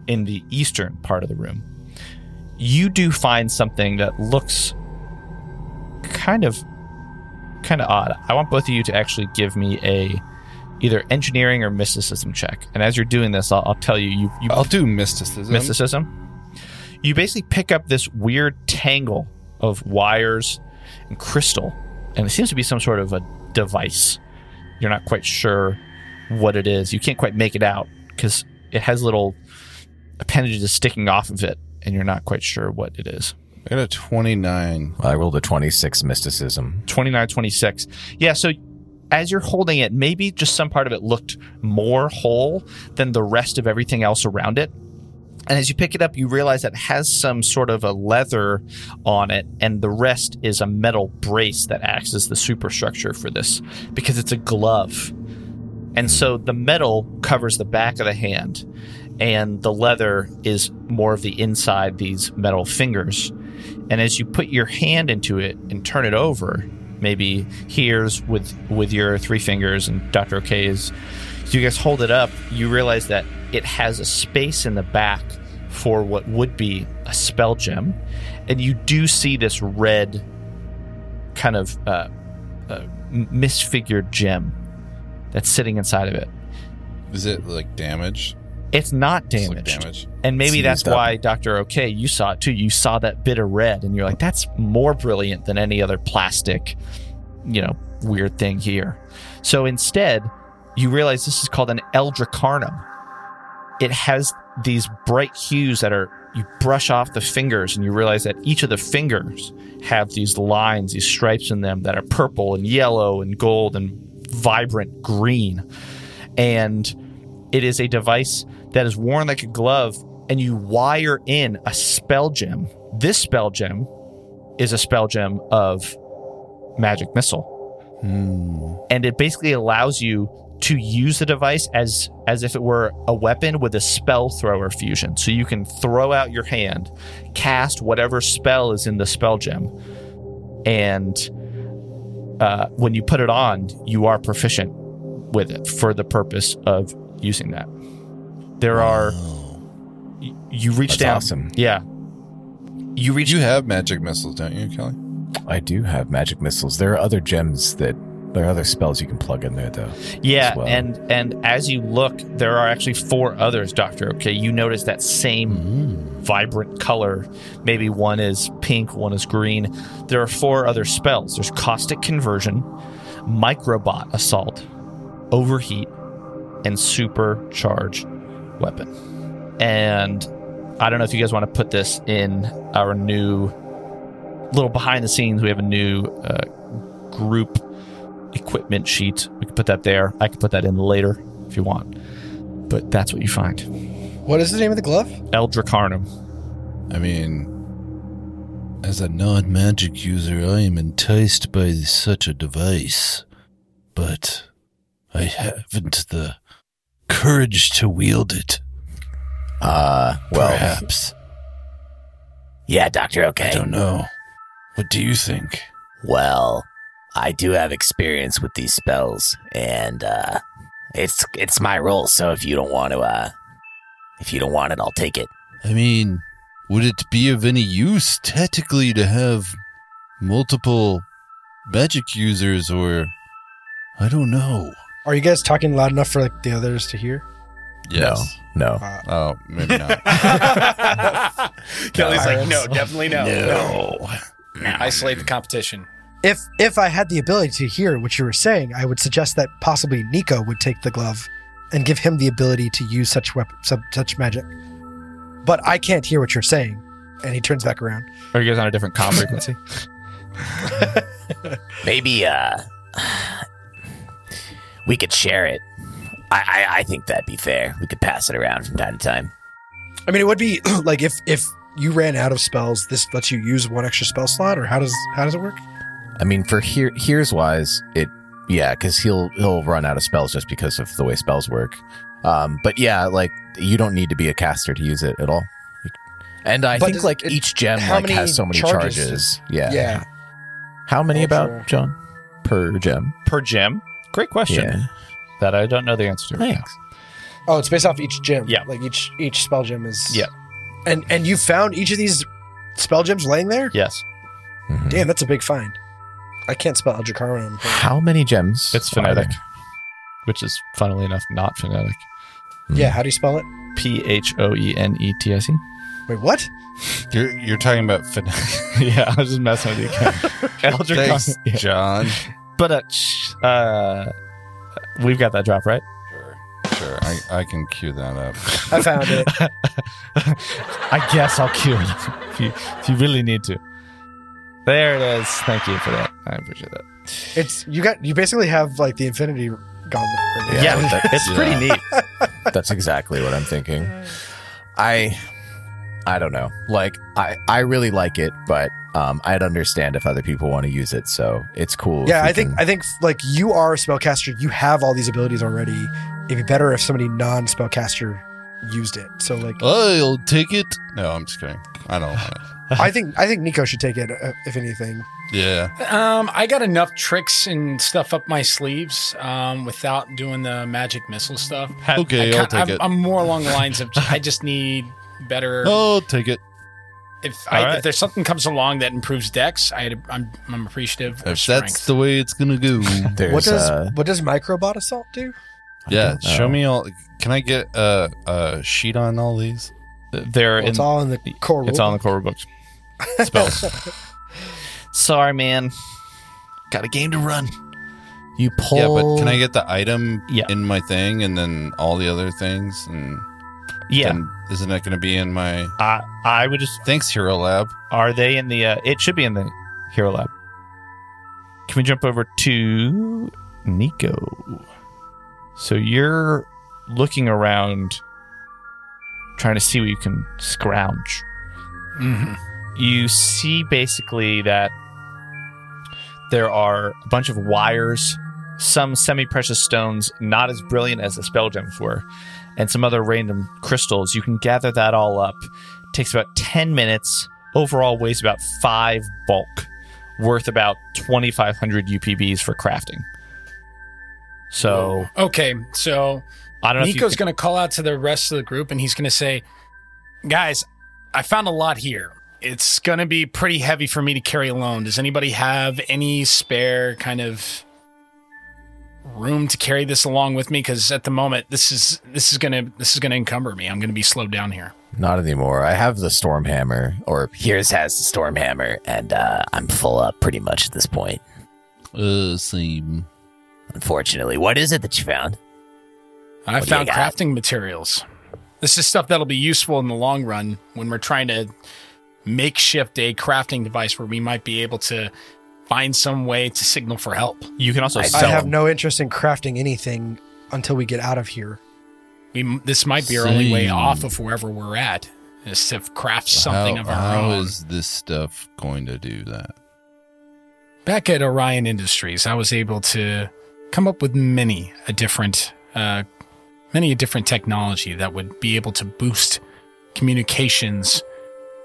Speaker 2: in the eastern part of the room, you do find something that looks kind of kind of odd. I want both of you to actually give me a either engineering or mysticism check. And as you're doing this, I'll, I'll tell you you, you
Speaker 4: I'll do mysticism.
Speaker 2: mysticism. You basically pick up this weird tangle of wires and crystal, and it seems to be some sort of a device. You're not quite sure what it is. You can't quite make it out because it has little appendages sticking off of it, and you're not quite sure what it is.
Speaker 4: I got a 29.
Speaker 3: I rolled a 26 mysticism.
Speaker 2: 29 26 yeah so as you're holding it maybe just some part of it looked more whole than the rest of everything else around it and as you pick it up you realize that it has some sort of a leather on it and the rest is a metal brace that acts as the superstructure for this because it's a glove and so the metal covers the back of the hand and the leather is more of the inside these metal fingers and as you put your hand into it and turn it over maybe here's with with your three fingers and dr ok is so you guys hold it up you realize that it has a space in the back for what would be a spell gem and you do see this red kind of uh, uh, misfigured gem that's sitting inside of it
Speaker 4: Is it like damage?
Speaker 2: it's not
Speaker 4: It's, like,
Speaker 2: damaged
Speaker 4: damage.
Speaker 2: and maybe
Speaker 3: It's
Speaker 2: that's
Speaker 3: used up.
Speaker 2: why Dr. OK, you saw it too. You saw that bit of red and you're like, that's more brilliant than any other plastic, you know, weird thing here. So instead, you realize this is called an Eldracarnum. It has these bright hues that are, you brush off the fingers and you realize that each of the fingers have these lines, these stripes in them that are purple and yellow and gold and vibrant green. And it is a device that is worn like a glove, and you wire in a spell gem. This spell gem is a spell gem of magic missile,
Speaker 3: Hmm.
Speaker 2: and it basically allows you to use the device as as if it were a weapon with a spell thrower fusion. So you can throw out your hand, cast whatever spell is in the spell gem, and uh, when you put it on, you are proficient with it for the purpose of using that. There are y- you reach
Speaker 3: That's
Speaker 2: down.
Speaker 3: awesome.
Speaker 2: Yeah. You reach
Speaker 4: You have magic missiles, don't you, Kelly?
Speaker 3: I do have magic missiles. There are other gems that. There are other spells you can plug in there, though.
Speaker 2: Yeah,
Speaker 3: as well.
Speaker 2: and and as you look, there are actually four others, Doctor. Okay, you notice that same
Speaker 3: Mm.
Speaker 2: vibrant color. Maybe one is pink, one is green. There are four other spells. There's caustic conversion, microbot assault, overheat, and supercharge weapon. And I don't know if you guys want to put this in our new little behind the scenes. We have a new uh, group equipment sheet. We can put that there. I can put that in later if you want. But that's what you find.
Speaker 5: What is the name of the glove?
Speaker 2: Eldracarnum.
Speaker 4: I mean, as a non magic user, I am enticed by such a device, but I haven't the courage to wield it.
Speaker 3: Uh, well,
Speaker 2: Perhaps.
Speaker 3: yeah, Doctor. Okay.
Speaker 2: I don't know. What do you think?
Speaker 3: Well, I do have experience with these spells, and uh, it's it's my role. So if you don't want to, uh, if you don't want it, I'll take it.
Speaker 8: I mean, would it be of any use tactically to have multiple magic users or I don't know.
Speaker 5: Are you guys talking loud enough for like the others to hear?
Speaker 8: Yes.
Speaker 3: No.
Speaker 4: Oh, maybe not.
Speaker 6: Kelly's like, no,
Speaker 5: Pirates.
Speaker 6: definitely no.
Speaker 8: No.
Speaker 6: Isolate the competition.
Speaker 5: If if I had the ability to hear what you were saying, I would suggest that possibly Nico would take the glove and give him the ability to use such weapon, such, such magic. But I can't hear what you're saying. And he turns back around.
Speaker 2: Are you guys on a different com frequency?
Speaker 3: Maybe uh, we could share it. I, I I think that'd be fair. We could pass it around from time to time.
Speaker 5: I mean, it would be like if if you ran out of spells, this lets you use one extra spell slot, or how does how does it work?
Speaker 3: I mean, for here here's wise, it yeah, because he'll he'll run out of spells just because of the way spells work. Um, but yeah, like you don't need to be a caster to use it at all. And I
Speaker 5: But
Speaker 3: think
Speaker 5: does-
Speaker 3: like
Speaker 5: it-
Speaker 3: each gem
Speaker 5: how
Speaker 3: like
Speaker 5: many
Speaker 3: has so many
Speaker 5: charges
Speaker 3: charges.
Speaker 5: does-
Speaker 3: yeah. How many
Speaker 5: Ultra-
Speaker 3: about John per gem?
Speaker 2: per gem? Great question. That I don't know the answer to. right
Speaker 3: Thanks.
Speaker 5: Oh, it's based off each gem.
Speaker 2: Yeah.
Speaker 5: Like each each spell gem is.
Speaker 2: Yeah.
Speaker 5: And and you found each of these spell gems laying there.
Speaker 2: now. Yes.
Speaker 5: Damn, that's a big find. I can't spell Eldracarna.
Speaker 3: How many gems?
Speaker 2: It's
Speaker 3: are
Speaker 2: phonetic.
Speaker 3: there?
Speaker 2: Which is funnily enough not phonetic.
Speaker 5: Yeah. How do you spell it?
Speaker 2: P H O E N E T I C.
Speaker 5: Wait, what?
Speaker 4: You're, you're talking about fin-
Speaker 2: Yeah, I was just messing with you. Elder
Speaker 4: Thanks,
Speaker 2: Yeah.
Speaker 4: John.
Speaker 2: But uh, sh- uh, we've got that drop right.
Speaker 4: Sure, sure. I, I can cue that up.
Speaker 5: I found it.
Speaker 2: I guess I'll cue it if you, if you really need to. There it is. Thank you for that. I appreciate that.
Speaker 5: It's you got you basically have like the Infinity Gauntlet. right now.
Speaker 2: Yeah, it's
Speaker 5: uh,
Speaker 2: pretty neat.
Speaker 3: That's exactly what I'm thinking. I I don't know. Like I I really like it, but um I'd understand if other people want to use it, so it's cool. if
Speaker 5: Yeah,
Speaker 3: we
Speaker 5: I think
Speaker 3: can-
Speaker 5: I think like you are a spellcaster. You have all these abilities already. It'd be better if somebody non-spellcaster used it. So like,
Speaker 4: Oh,
Speaker 8: I'll take it.
Speaker 4: No, I'm just kidding. I don't want it.
Speaker 5: I think I think Nico should take it uh, if anything.
Speaker 8: Yeah.
Speaker 6: Um, I got enough tricks and stuff up my sleeves um, without doing the magic missile stuff.
Speaker 8: Okay,
Speaker 6: I
Speaker 8: I'll
Speaker 6: ca-
Speaker 8: take
Speaker 6: I'm,
Speaker 8: it.
Speaker 6: I'm more along the lines of I just need better.
Speaker 8: I'll take it.
Speaker 6: If, I,
Speaker 2: All right.
Speaker 6: if there's something comes along that improves decks, I, I'm, I'm appreciative. Of
Speaker 8: If
Speaker 6: strength.
Speaker 8: that's the way it's gonna go.
Speaker 3: There's,
Speaker 5: what does
Speaker 3: uh,
Speaker 5: what does microbot assault do?
Speaker 4: Yeah,
Speaker 3: don't know.
Speaker 6: Oh.
Speaker 4: show me all. Can I get a, a sheet on all these
Speaker 2: They're
Speaker 5: Well,
Speaker 2: in
Speaker 5: it's all in the core.
Speaker 2: It's
Speaker 5: rulebook.
Speaker 2: on the core books. Spells. Sorry, man. Got a game to run.
Speaker 3: you pull?
Speaker 4: Yeah, but can I get the item
Speaker 2: Yeah.
Speaker 4: in my thing and then all the other things? And
Speaker 2: Yeah,
Speaker 4: then isn't that going to be in my.
Speaker 2: I I would just.
Speaker 4: Thanks, Hero Lab.
Speaker 2: Are they in the? Uh, it should be in the Hero Lab. Can we jump over to Nico? So you're looking around, trying to see what you can scrounge.
Speaker 6: Mhm.
Speaker 2: you see basically that there are a bunch of wires, some semi precious stones, not as brilliant as the spell gems were, and some other random crystals. You can gather that all up. takes about 10 minutes, overall weighs about five bulk, worth about 2,500 UPBs for crafting. So
Speaker 6: Okay, so
Speaker 2: I don't know
Speaker 6: Nico's
Speaker 2: if you
Speaker 6: going to call out to the rest of the group and he's going to say, Guys, I found a lot here. It's going to be pretty heavy for me to carry alone. Does anybody have any spare kind of room to carry this along with me cuz at the moment this is this is going to this is going to encumber me. I'm going to be slowed down here.
Speaker 3: Not anymore. I have the storm hammer, or here's has the storm hammer, and uh, I'm full up pretty much at this point.
Speaker 8: Uh, same.
Speaker 3: Unfortunately, what is it that you found?
Speaker 6: I
Speaker 3: What do you
Speaker 6: found
Speaker 3: got?
Speaker 6: crafting materials. This is stuff that'll be useful in the long run when we're trying to makeshift a crafting device where we might be able to find some way to signal for help.
Speaker 2: can, you can also
Speaker 3: I-
Speaker 2: sell.
Speaker 5: I have
Speaker 2: them.
Speaker 5: no interest in crafting anything until we get out of here.
Speaker 6: We m- this might be our only way
Speaker 8: Same.
Speaker 6: off of wherever we're at is to craft something
Speaker 8: how,
Speaker 6: of our
Speaker 8: how
Speaker 6: own.
Speaker 8: is this stuff going to do that?
Speaker 6: Back at Orion Industries, I was able to come up with many a different, uh, many a different technology that would be able to boost communications,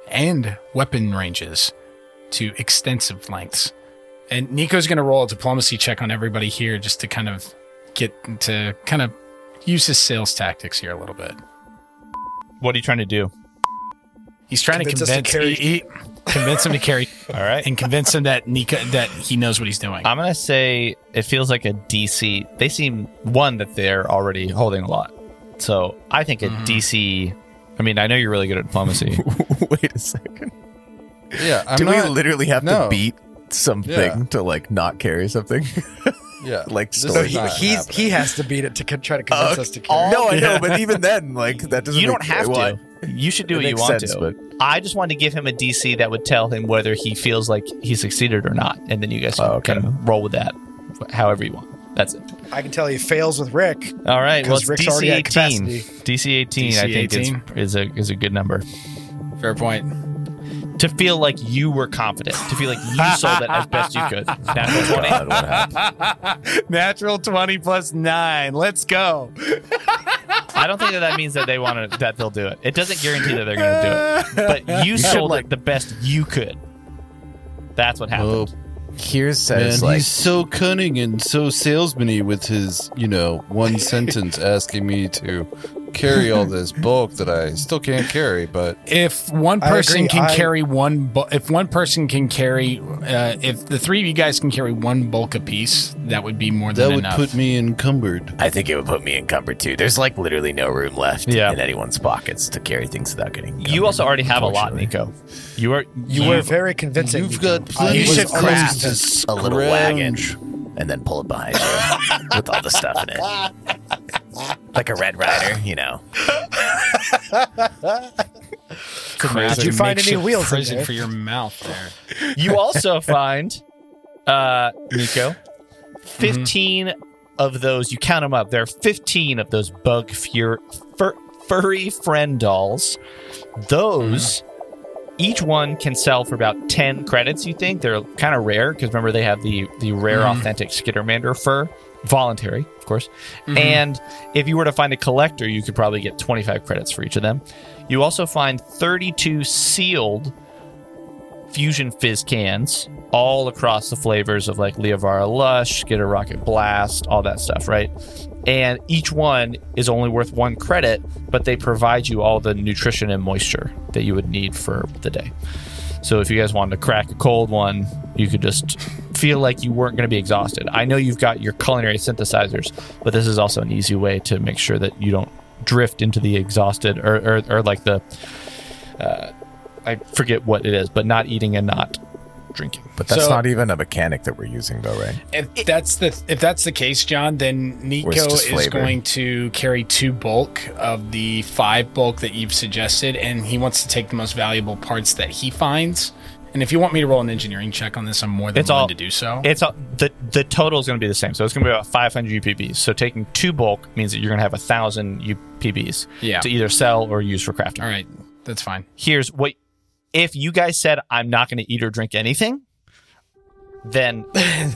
Speaker 6: and weapon ranges to extensive lengths. And Nico's going to roll a diplomacy check on everybody here just to kind of get to kind of use his sales tactics here a little bit.
Speaker 2: What are you trying to do?
Speaker 6: He's trying
Speaker 5: Convince us to
Speaker 6: to convince
Speaker 5: carry-
Speaker 6: he- he- convince him to carry
Speaker 2: All right.
Speaker 6: and convince him that Nico that he knows what he's doing.
Speaker 8: Uh,
Speaker 2: I'm gonna say it feels like a DC. They seem one that they're already holding a lot, so I think a DC. I mean, I know you're really good at diplomacy.
Speaker 3: Wait a second.
Speaker 4: Yeah, I'm
Speaker 3: Do we
Speaker 4: not-
Speaker 3: literally have
Speaker 4: no.
Speaker 3: to beat something
Speaker 4: Yeah.
Speaker 3: to like not carry something?
Speaker 4: yeah,
Speaker 3: like,
Speaker 4: this is
Speaker 3: so
Speaker 5: he,
Speaker 4: not
Speaker 5: he's,
Speaker 4: happening.
Speaker 5: he has to beat it to co- try to convince us to carry.
Speaker 3: no, I know, but even then, like that doesn't.
Speaker 2: you don't
Speaker 3: make-
Speaker 2: have
Speaker 3: well, I-
Speaker 2: to. You should do
Speaker 3: It
Speaker 2: what you
Speaker 3: makes
Speaker 2: want
Speaker 3: sense,
Speaker 2: to.
Speaker 3: but-
Speaker 2: I just wanted to give him a DC that would tell him whether he feels like he succeeded or not, and then you guys can
Speaker 3: Oh, okay.
Speaker 2: kind of roll with that, however you want. That's it.
Speaker 5: I can tell he fails with Rick.
Speaker 2: All right. Well, it's
Speaker 5: 'Cause Rick's
Speaker 2: DC
Speaker 5: already at
Speaker 2: 18.
Speaker 5: capacity.
Speaker 2: DC 18, I
Speaker 6: DC
Speaker 2: think, Is, is a is a good number
Speaker 6: Fair point.
Speaker 2: to feel like you were confident, to feel like you sold it as best you could.
Speaker 6: Oh,
Speaker 2: Natural 20.
Speaker 3: God, what happened?
Speaker 6: Natural 20 plus 9. Let's go.
Speaker 2: I don't think that that means that they want to that they'll do it. It doesn't guarantee that they're going to do it. But you, sold it the best you could. That's what
Speaker 8: Oh,
Speaker 2: happened.
Speaker 3: Here
Speaker 8: man,
Speaker 3: says like
Speaker 8: he's so cunning and so salesman-y with his, you know, one sentence asking me to carry all this bulk that I still can't carry, but
Speaker 6: If one
Speaker 5: I
Speaker 6: person
Speaker 5: agree.
Speaker 6: can
Speaker 5: I-
Speaker 6: carry one, bu- if one person can carry, uh, if the three of you guys can carry one bulk apiece, that would be more than
Speaker 8: that would
Speaker 6: enough.
Speaker 8: put me encumbered.
Speaker 3: I think it would put me in cumber too. There's like literally no room left
Speaker 2: Yeah.
Speaker 3: in anyone's pockets to carry things without getting.
Speaker 2: you also already have a lot,
Speaker 3: Unfortunately.
Speaker 2: Nico. You are
Speaker 5: You were very convincing.
Speaker 8: You've
Speaker 5: Nico.
Speaker 8: got
Speaker 5: I
Speaker 8: plenty
Speaker 5: was
Speaker 8: of
Speaker 5: always
Speaker 8: clothes
Speaker 5: convinced.
Speaker 8: to
Speaker 3: a little wagon
Speaker 8: scrounge.
Speaker 3: and then pull it behind you with all the stuff in it. Like a Red Rider, you know.
Speaker 5: Did you find any wheels in
Speaker 6: prison
Speaker 5: there?
Speaker 6: for your mouth there?
Speaker 2: You also find, uh, Nico, 15 of those. You count them up. There are 15 of those bug fur, fur, furry friend dolls. Those, each one can sell for about 10 credits, you think? They're kind of rare because remember, they have the, the rare, authentic Skittermander fur. Voluntary, of course. And if you were to find a collector, you could probably get 25 credits for each of them. You also find 32 sealed fusion fizz cans all across the flavors of like Leovara Lush, get a rocket blast, all that stuff, right? And each one is only worth one credit, but they provide you all the nutrition and moisture that you would need for the day. So if you guys wanted to crack a cold one, you could just feel like you weren't going to be exhausted. I know you've got your culinary synthesizers, but this is also an easy way to make sure that you don't drift into the exhausted or, or, or like the I forget what it is, but not eating and not drinking.
Speaker 3: But that's
Speaker 6: So-
Speaker 3: not even a mechanic that we're using, though, right?
Speaker 6: If that's the if that's the case, John, then Nico
Speaker 3: Or it's just
Speaker 6: is
Speaker 3: flavor.
Speaker 6: going to carry two bulk of the five bulk that you've suggested, and he wants to take the most valuable parts that he finds. And if you want me to roll an engineering check on this, I'm more than
Speaker 2: It's
Speaker 6: willing
Speaker 2: all-
Speaker 6: to do so.
Speaker 2: It's all, the the total is going to be the same, so it's going to be about 500 UPBs. So taking two bulk means that you're going to have a thousand UPBs
Speaker 6: Yeah.
Speaker 2: to either sell or use for crafting.
Speaker 6: all right, that's fine.
Speaker 2: Here's what: if you guys said I'm not going to eat or drink anything, then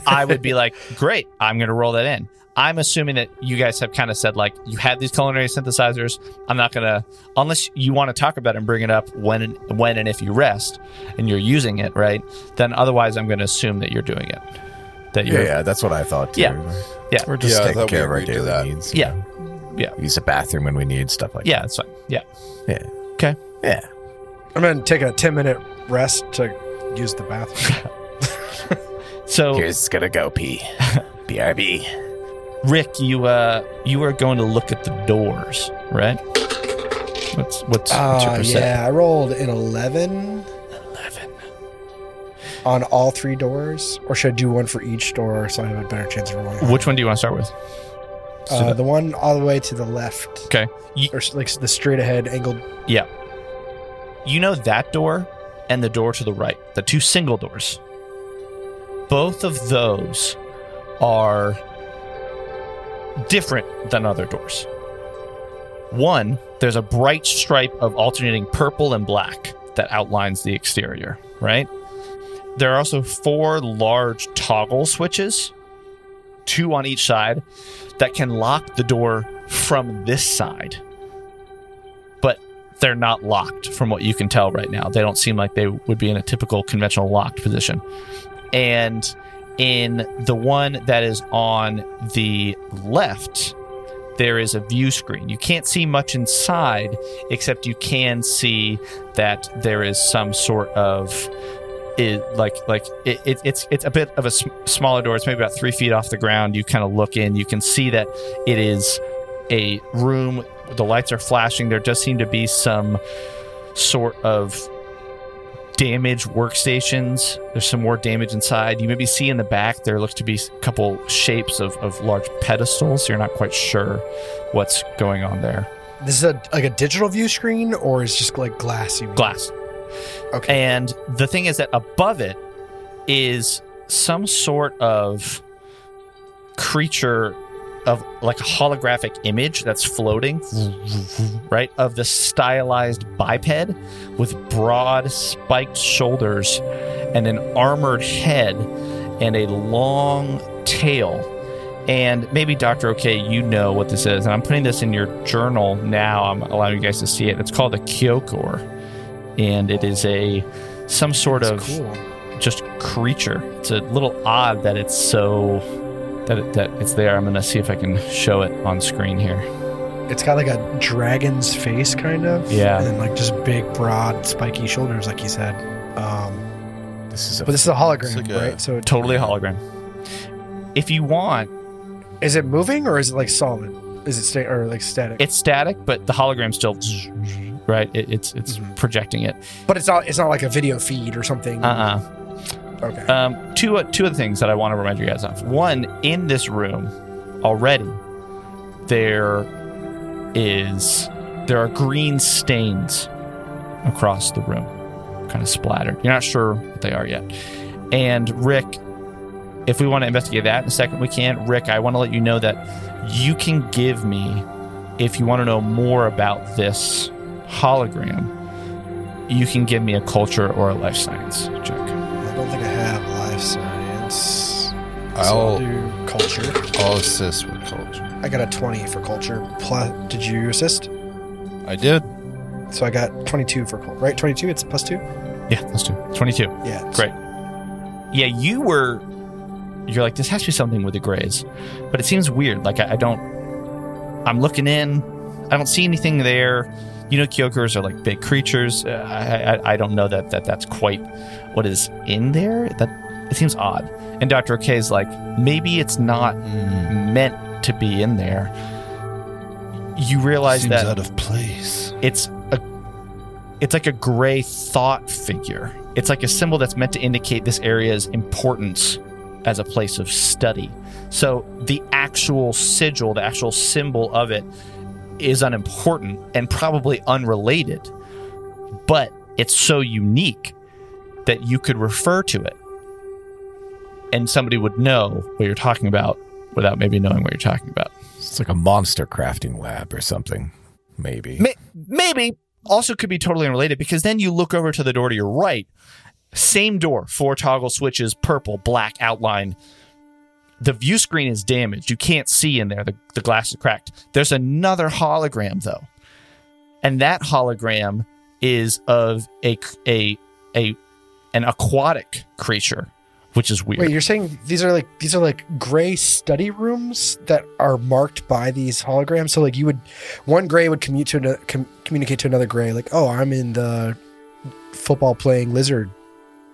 Speaker 2: I would be like, great, I'm going to roll that in. I'm assuming that you guys have kind of said like you have these culinary synthesizers. I'm not going to unless you want to talk about it and bring it up when when and if you rest and you're using it, right? Then otherwise I'm going to assume that you're doing it. That
Speaker 3: Yeah,
Speaker 2: you're
Speaker 3: yeah, that's what I thought. Too.
Speaker 2: Yeah. Yeah.
Speaker 3: we're just
Speaker 4: Yeah, I
Speaker 3: taking
Speaker 4: thought we
Speaker 3: care of our
Speaker 4: agreed to
Speaker 3: daily
Speaker 4: that.
Speaker 3: needs. you
Speaker 2: Yeah.
Speaker 3: know.
Speaker 2: Yeah.
Speaker 3: use a bathroom when we need stuff like
Speaker 2: Yeah, that's fine. Yeah.
Speaker 3: that.
Speaker 2: Okay.
Speaker 3: Yeah,
Speaker 5: I'm going to take a 10 minute rest to use the bathroom.
Speaker 2: So
Speaker 3: yeah. Here's gonna go pee. BRB.
Speaker 2: Rick, you uh you are going to look at the doors, right? What's what's, what's your
Speaker 5: Uh,
Speaker 2: percent?
Speaker 5: yeah, I rolled an 11. 11. On all three doors? Or should I do one for each door so I have a better chance of rolling?
Speaker 2: Which one do you want to start with?
Speaker 5: Uh, the one all the way to the left.
Speaker 2: Okay. You,
Speaker 5: Or s- like the straight ahead angled.
Speaker 2: yeah. You know that door and the door to the right, the two single doors. Both of those are different than other doors. One, there's a bright stripe of alternating purple and black that outlines the exterior, right? There are also four large toggle switches, two on each side, that can lock the door from this side. But they're not locked from what you can tell right now. They don't seem like they would be in a typical conventional locked position. And in the one that is on the left, there is a view screen. You can't see much inside, except you can see that there is some sort of it, like like it, it, it's it's a bit of a sm- smaller door. It's maybe about three feet off the ground. You kind of look in. You can see that it is a room. The lights are flashing. There does seem to be some sort of damaged workstations. There's some more damage inside. You maybe see in the back there looks to be a couple shapes of, of large pedestals. You're not quite sure what's going on there.
Speaker 5: This is a like a digital view screen, or is just like glass? You mean?
Speaker 2: Glass.
Speaker 5: Okay.
Speaker 2: And the thing is that above it is some sort of creature of like a holographic image that's floating, right? Of the stylized biped with broad spiked shoulders and an armored head and a long tail. And maybe Dr. OK, you know what this is. And I'm putting this in your journal now. I'm allowing you guys to see it. It's called a Kyokor and it is a some sort of just creature. It's a little odd that it's so that it, that it's there. I'm gonna see if I can show it on screen here.
Speaker 5: it's got like a dragon's face, kind of.
Speaker 2: Yeah.
Speaker 5: And then like just big, broad, spiky shoulders, like he said. Um,
Speaker 3: This is a
Speaker 5: but this is a hologram,
Speaker 8: It's like a-
Speaker 5: right? So
Speaker 2: Totally a hologram. If you want,
Speaker 5: is it moving or is it like solid? Is it sta- or like static?
Speaker 2: it's static, but the hologram's still right. It, it's it's projecting it.
Speaker 5: but it's not. It's not like a video feed or something.
Speaker 2: Uh uh
Speaker 5: okay.
Speaker 2: Um, two two other things that I want to remind you guys of. One, in this room already, there is there are green stains across the room, kind of splattered. You're not sure what they are yet. And Rick, if we want to investigate that in a second, we can. Rick, I want to let you know that you can give me if you want to know more about this hologram. You can give me a culture or a life science check.
Speaker 5: I don't think I have life science.
Speaker 4: I'll,
Speaker 5: do culture.
Speaker 4: I'll assist with culture.
Speaker 5: I got a 20 for culture. Plus, did you assist?
Speaker 8: I did.
Speaker 5: So I got 22 for culture. Right? 22? It's plus two?
Speaker 2: Yeah, let's do it. 22.
Speaker 5: Yeah. it's-
Speaker 2: Great. Yeah, you were. You're like, this has to be something with the Greys. But it seems weird. Like, I, I don't. I'm looking in. I don't see anything there. You know, Kyokers are like big creatures. Uh, I, I, I don't know that, that that's quite what is in there. That It seems odd. And Dr. Ok's like, maybe it's not
Speaker 8: Hmm.
Speaker 2: meant to be in there. You realize
Speaker 8: Seems
Speaker 2: that
Speaker 8: out of place.
Speaker 2: it's a it's like a gray thought figure. It's like a symbol that's meant to indicate this area's importance as a place of study. So the actual sigil, the actual symbol of it is unimportant and probably unrelated, but it's so unique that you could refer to it and somebody would know what you're talking about without maybe knowing what you're talking about.
Speaker 3: It's like a monster crafting lab or something, maybe.
Speaker 2: May- maybe also could be totally unrelated because then you look over to the door to your right, same door, four toggle switches, purple, black outline. The view screen is damaged. You can't see in there. The, the glass is cracked. There's another hologram though, and that hologram is of a a a an aquatic creature, which is weird.
Speaker 5: Wait, you're saying these are like these are like gray study rooms that are marked by these holograms. So like you would, one gray would commute to another, com- communicate to another gray, like, oh, I'm in the football playing lizard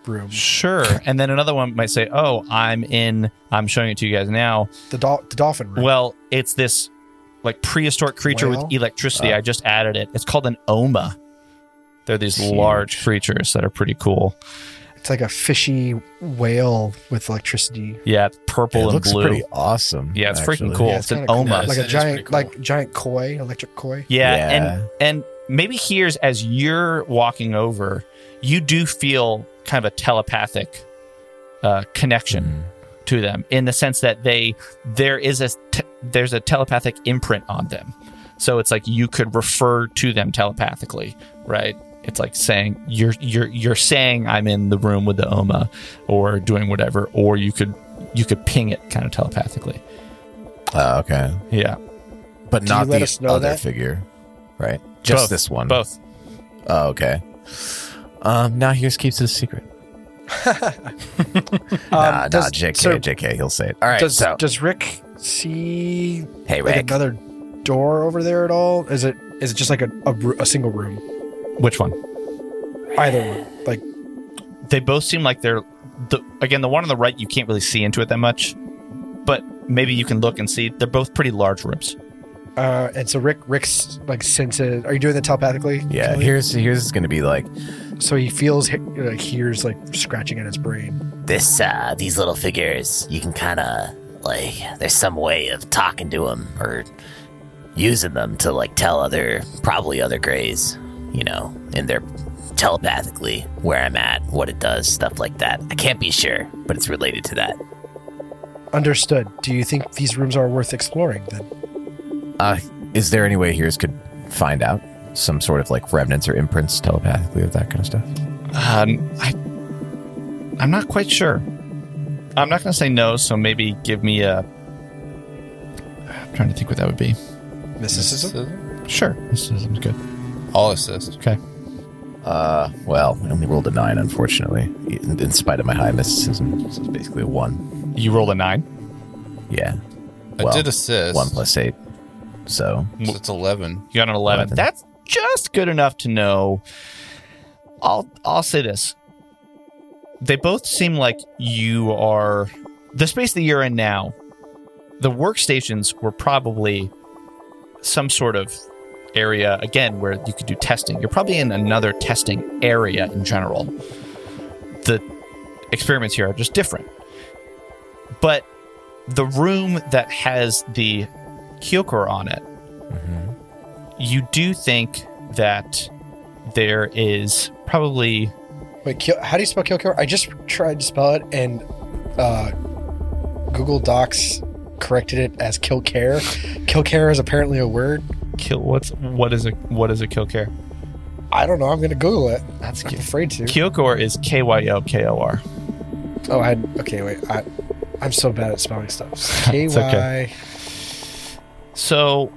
Speaker 5: room.
Speaker 2: Sure. And then another one might say, "Oh, I'm in. I'm showing it to you guys now.
Speaker 5: The, dol- the dolphin room.
Speaker 2: Well, it's this like prehistoric creature
Speaker 5: Whale?
Speaker 2: with electricity.
Speaker 3: uh,
Speaker 2: I just added it. It's called an oma. They're these large creatures that are pretty cool.
Speaker 5: it's like a fishy whale with electricity.
Speaker 2: Yeah, it's
Speaker 3: It
Speaker 2: purple and
Speaker 3: looks
Speaker 2: blue.
Speaker 3: pretty awesome.
Speaker 2: Yeah, it's freaking
Speaker 3: actually.
Speaker 2: cool. it's an
Speaker 5: kinda cool.
Speaker 2: oma.
Speaker 5: Like
Speaker 6: That
Speaker 5: a
Speaker 6: is pretty
Speaker 5: giant,
Speaker 6: cool.
Speaker 5: like giant koi, electric koi.
Speaker 2: Yeah,
Speaker 3: Yeah.
Speaker 2: and and maybe here's as you're walking over, you do feel kind of a telepathic uh, connection
Speaker 3: Mm-hmm.
Speaker 2: to them in the sense that they there is a te- there's a telepathic imprint on them, so it's like you could refer to them telepathically, right? It's like saying you're you're you're saying I'm in the room with the Oma, or doing whatever, or you could you could ping it kind of telepathically.
Speaker 3: Oh, okay.
Speaker 2: Yeah,
Speaker 3: But
Speaker 5: Do you
Speaker 3: not
Speaker 5: let
Speaker 3: the
Speaker 5: us know
Speaker 3: other
Speaker 5: that?
Speaker 3: figure, right? Just
Speaker 2: Both.
Speaker 3: this one.
Speaker 2: both.
Speaker 3: Oh, okay. Um, now he just keeps it a secret. nah, nah, JK,
Speaker 5: Um, so
Speaker 3: JK, he'll say it. All right,
Speaker 5: does,
Speaker 3: so
Speaker 5: does Rick see
Speaker 3: hey,
Speaker 5: like
Speaker 3: Rick,
Speaker 5: another door over there at all? Is it is it just like a, a, ru- a single room?
Speaker 2: Which one?
Speaker 5: Either one. Like
Speaker 2: they both seem like they're the again the one on the right you can't really see into it that much but maybe you can look and see they're both pretty large rooms
Speaker 5: uh and so Rick Rick's like senses are you doing that telepathically?
Speaker 3: yeah,
Speaker 5: Kelly?
Speaker 3: here's here's going to be like
Speaker 5: so he feels he- like hears like scratching at his brain.
Speaker 9: this uh these little figures you can kind of like there's some way of talking to them or using them to like tell other probably other grays you know in their telepathically where i'm at what it does stuff like that i can't be sure but it's related to that
Speaker 5: Understood. Do you think these rooms are worth exploring then?
Speaker 3: Uh, is there any way Hears could find out some sort of like remnants or imprints telepathically of that kind of stuff?
Speaker 2: um, I, i'm not quite sure i'm not going to say no so maybe give me a i'm trying to think what that would be
Speaker 5: Mysticism?
Speaker 2: sure this is good
Speaker 4: All assist.
Speaker 2: okay
Speaker 3: Uh, well, I only rolled a nine, unfortunately. In, in spite of my high mysticism, this is basically a one.
Speaker 2: you roll a nine
Speaker 3: Yeah,
Speaker 4: I
Speaker 3: Well,
Speaker 4: did assist.
Speaker 3: one plus eight. So
Speaker 4: So it's 11.
Speaker 2: you got an 11
Speaker 3: Eleven.
Speaker 2: that's just good enough to know i'll i'll say this they both seem like you are the space that you're in now the workstations were probably some sort of area again where you could do testing you're probably in another testing area in general the experiments here are just different but the room that has the kyokura on it you do think that there is probably
Speaker 5: Wait, kill, how do you spell kill killer? I just tried to spell it and uh, Google Docs corrected it as kill care. kill care is apparently a word.
Speaker 2: kill what's what is a what is a kill care
Speaker 5: I don't know. I'm going to Google it. That's I'm afraid to.
Speaker 2: kyokor is k-y-o-k-o-r
Speaker 5: Oh, I okay. Wait, I, I'm so bad at spelling stuff. K
Speaker 2: It's okay.
Speaker 5: Y.
Speaker 2: so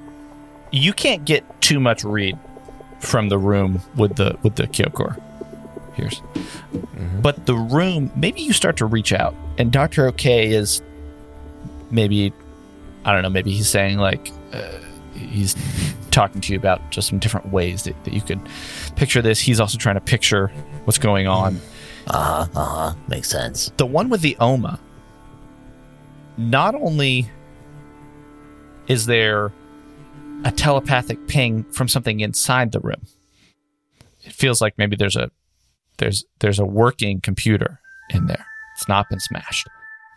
Speaker 2: you can't get too much read from the room with the with the kyokor here's but the room maybe you start to reach out and dr ok is maybe i don't know maybe he's saying like uh, he's talking to you about just some different ways that, that you could picture this he's also trying to picture what's going on
Speaker 9: uh-huh uh-huh makes sense
Speaker 2: the one with the Oma, not only is there a telepathic ping from something inside the room, it feels like maybe there's a there's there's a working computer in there. It's not been smashed.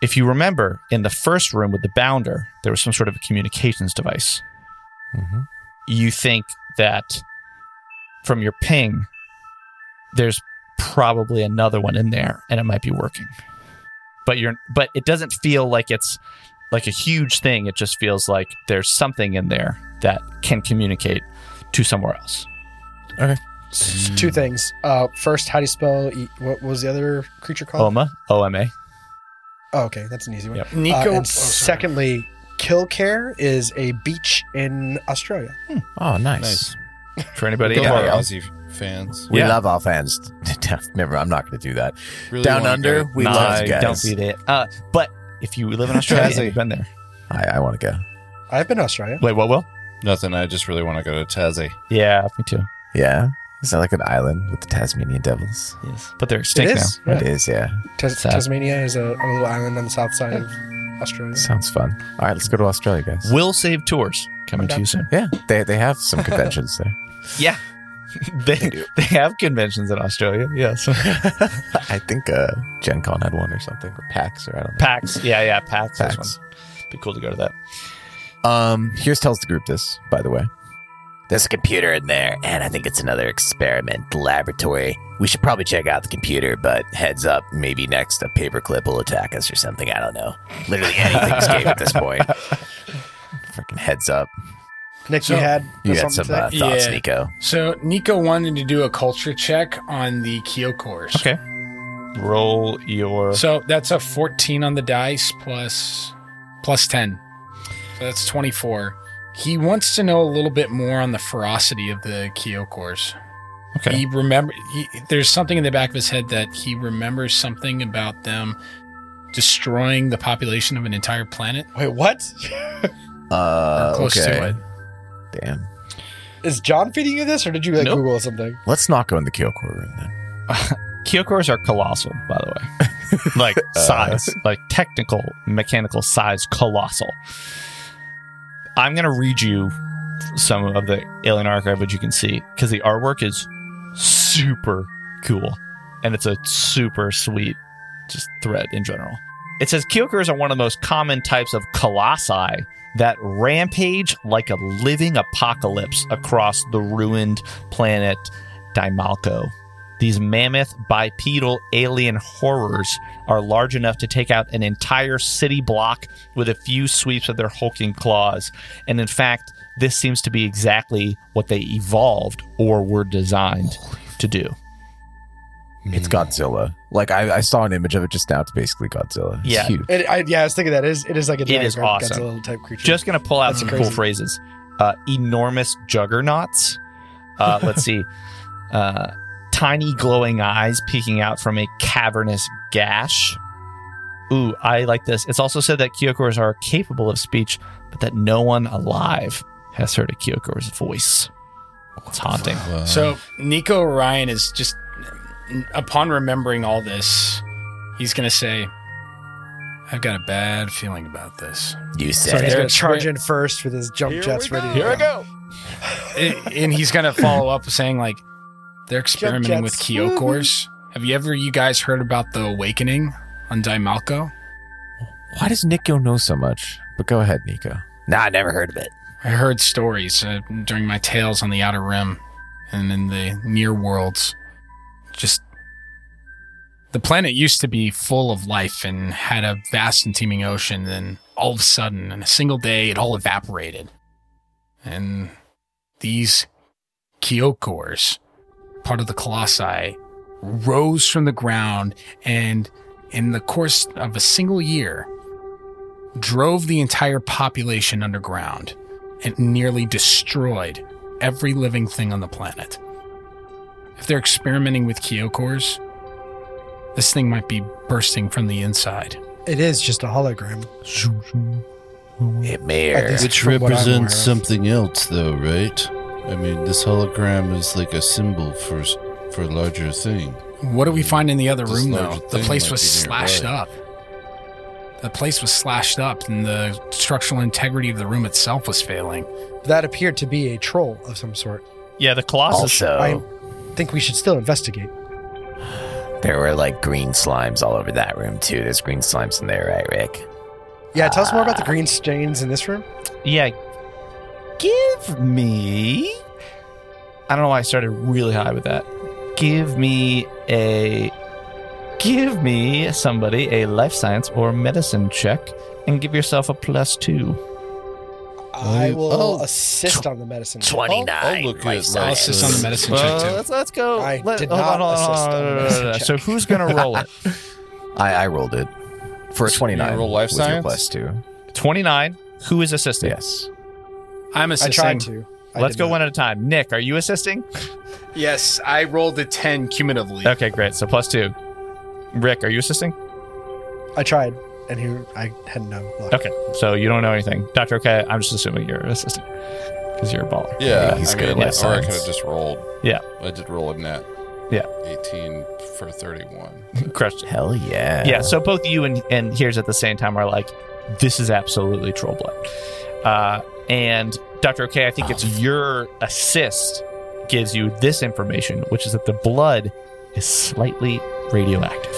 Speaker 2: If you remember, in the first room with the bounder, there was some sort of a communications device. You think that from your ping, there's probably another one in there and it might be working but you're but it doesn't feel like it's like a huge thing it just feels like there's something in there that can communicate to somewhere else
Speaker 5: S-
Speaker 2: Hmm.
Speaker 5: Two things. Uh, first, how do you spell? E- what was the other creature called?
Speaker 2: oma oma
Speaker 5: oh, okay, that's an easy one.
Speaker 2: Yep.
Speaker 5: Uh,
Speaker 6: Nico.
Speaker 5: and secondly, kill care is a beach in Australia.
Speaker 3: oh, nice.
Speaker 4: Nice.
Speaker 2: for anybody
Speaker 4: Go
Speaker 2: out
Speaker 4: for
Speaker 2: there.
Speaker 4: our Aussie fans.
Speaker 3: We
Speaker 2: Yeah.
Speaker 3: love our fans. Remember, I'm not going to do that.
Speaker 4: Really
Speaker 3: Down
Speaker 4: wanna
Speaker 3: under,
Speaker 4: go.
Speaker 3: we
Speaker 2: Nah,
Speaker 3: love you guys.
Speaker 2: don't be there uh, but if you live in australia
Speaker 4: Tassie.
Speaker 2: you've been there
Speaker 3: I, I want to go.
Speaker 5: I've been to Australia.
Speaker 2: wait what will
Speaker 4: Nothing. I just really want to go to Tassie.
Speaker 2: yeah me too
Speaker 3: Yeah, is that like an island with the Tasmanian devils?
Speaker 2: yes but they're
Speaker 5: It
Speaker 2: extinct now
Speaker 5: is. Yeah.
Speaker 3: It is. Yeah,
Speaker 5: Tas-
Speaker 2: Sad.
Speaker 5: Tasmania is a, a little island on the south side of Australia.
Speaker 3: sounds fun. All right, let's go to Australia, guys.
Speaker 2: will save tours coming to you soon
Speaker 3: Yeah, they they have some conventions there.
Speaker 2: yeah they, they, have conventions in australia yes
Speaker 3: I think uh, Gen Con had one or something, or PAX, or I don't know.
Speaker 2: pax yeah yeah pax, This
Speaker 3: PAX.
Speaker 2: one. be cool to go to that
Speaker 3: Um, here's tells the group this, by the way.
Speaker 9: there's a computer in there and i think it's another experiment laboratory we should probably check out the computer but heads up maybe next a paperclip will attack us or something i don't know literally anything's game at this point
Speaker 3: Freaking heads up.
Speaker 5: Nick, you had
Speaker 3: You had
Speaker 5: something to
Speaker 3: some
Speaker 5: say?
Speaker 3: uh, thoughts,
Speaker 6: Yeah.
Speaker 3: Nico.
Speaker 6: So Nico wanted to do a culture check on the Kyokors.
Speaker 2: Okay. Roll your.
Speaker 6: So that's a 14 on the dice plus plus 10. So that's 24. He wants to know a little bit more on the ferocity of the Kyokors.
Speaker 2: Okay.
Speaker 6: He remember he, there's something in the back of his head that he remembers something about them destroying the population of an entire planet.
Speaker 5: Wait, what?
Speaker 3: Uh,
Speaker 6: Or close
Speaker 3: okay. Uh-huh.
Speaker 6: to it.
Speaker 3: Damn.
Speaker 5: Is John feeding you this, or did you like
Speaker 2: Nope.
Speaker 5: Google something?
Speaker 3: Let's not go in the Kyoko room then.
Speaker 2: Kyokors are colossal, by the way. like size, like technical, mechanical size, colossal. I'm going to read you some of the alien archive, which you can see, because the artwork is super cool. And it's a super sweet just thread in general. It says Kyokers are one of the most common types of colossi that rampage like a living apocalypse across the ruined planet Daimalco. These mammoth bipedal alien horrors are large enough to take out an entire city block with a few sweeps of their hulking claws. And in fact, this seems to be exactly what they evolved or were designed to do.
Speaker 3: It's
Speaker 9: Hmm.
Speaker 3: Godzilla. Like I, I saw an image of it just now. It's basically Godzilla. It's
Speaker 2: Yeah.
Speaker 3: huge.
Speaker 5: It, I, yeah, I was thinking that is it is like a giant
Speaker 2: is
Speaker 5: Godzilla
Speaker 2: awesome.
Speaker 5: type creature.
Speaker 2: Just going to pull out
Speaker 5: That's
Speaker 2: some cool
Speaker 5: crazy.
Speaker 2: phrases. Uh, enormous juggernauts. Uh, let's see. Uh, tiny glowing eyes peeking out from a cavernous gash. Ooh, I like this. It's also said that Kyokors are capable of speech, but that no one alive has heard a Kyokor's voice. It's haunting.
Speaker 6: So Nico Ryan is just upon remembering all this, he's gonna say, I've got a bad feeling about this.
Speaker 9: You
Speaker 5: so
Speaker 9: said
Speaker 5: he's gonna
Speaker 9: it.
Speaker 6: There's-
Speaker 5: charge in first with his jump jets ready.
Speaker 4: Here
Speaker 5: to
Speaker 4: I go.
Speaker 6: I- and he's gonna follow up with saying like they're experimenting with
Speaker 5: jets.
Speaker 6: Kyokors. Have you ever you guys heard about the awakening on Daimalco?
Speaker 3: Why does Nico know so much? But go ahead, Nico.
Speaker 9: Nah, I never heard of it.
Speaker 6: I heard stories uh, during my tales on the Outer Rim and in the near worlds. Just the planet used to be full of life and had a vast and teeming ocean. Then all of a sudden, in a single day, it all evaporated. And these Kyokors, part of the Colossi, rose from the ground and, in the course of a single year, drove the entire population underground and nearly destroyed every living thing on the planet. If they're experimenting with Kyokors, this thing might be bursting from the inside.
Speaker 5: go. It is just a hologram.
Speaker 9: It may or
Speaker 8: Which
Speaker 5: from what I'm aware
Speaker 8: represents
Speaker 5: of.
Speaker 8: something else, though, right? I mean, this hologram is like a symbol for s- for a larger thing.
Speaker 6: What do we find in the other
Speaker 8: Mm, This
Speaker 6: room,
Speaker 8: large
Speaker 6: though? The
Speaker 8: thing
Speaker 6: place
Speaker 8: might
Speaker 6: was
Speaker 8: be nearby.
Speaker 6: slashed up. The place was slashed up, and the structural integrity of the room itself was failing.
Speaker 5: That appeared to be a troll of some sort.
Speaker 2: Yeah, the Colossus.
Speaker 9: also
Speaker 5: I think we should still investigate.
Speaker 9: there were like green slimes all over that room too. There's green slimes in there, right, Rick?
Speaker 5: Yeah, tell us more about the green stains in this room.
Speaker 2: Yeah. Give me. I don't know why I started really high with that. Give me a. Give me somebody a life science or medicine check and give yourself a plus two.
Speaker 5: I
Speaker 2: Uh,
Speaker 8: Oh,
Speaker 5: will
Speaker 8: oh.
Speaker 5: assist on the medicine.
Speaker 8: I'll
Speaker 9: Twenty nine.
Speaker 8: look at
Speaker 9: life
Speaker 8: it.
Speaker 9: science.
Speaker 6: Analysis on the medicine check, too.
Speaker 2: let's go.
Speaker 5: I Let- did hold on, not hold on, assist hold on, on the hold on, medicine hold on. check.
Speaker 2: So who's gonna roll it?
Speaker 3: I, I rolled it for a twenty nine.
Speaker 4: roll life
Speaker 3: Uh, with your
Speaker 4: science?
Speaker 3: plus two.
Speaker 2: Twenty nine. Who is assisting?
Speaker 3: Yes.
Speaker 6: I'm
Speaker 5: I
Speaker 6: assisting.
Speaker 5: tried to. I
Speaker 2: Let's
Speaker 5: did
Speaker 2: go
Speaker 5: not.
Speaker 2: one at a time. Nick, are you assisting?
Speaker 6: Yes, I rolled a 10 cumulatively.
Speaker 2: Okay, great. So plus two. Rick, are you assisting?
Speaker 5: I tried, and who I had no luck.
Speaker 2: Okay, so you don't know anything, Doctor. Okay, I'm just assuming you're assisting because you're a baller.
Speaker 4: Yeah,
Speaker 3: He's
Speaker 4: I
Speaker 3: good
Speaker 4: mean,
Speaker 3: at life
Speaker 4: or I
Speaker 3: science.
Speaker 4: could have just rolled.
Speaker 2: Yeah.
Speaker 4: I did roll a net.
Speaker 2: Yeah.
Speaker 4: 18 for 31.
Speaker 2: Crushed it.
Speaker 3: Hell yeah.
Speaker 2: Yeah. So both you and and here's at the same time are like, this is absolutely troll blood. Uh, and Doctor Okay, I think it's your assist gives you this information, which is that the blood is slightly radioactive.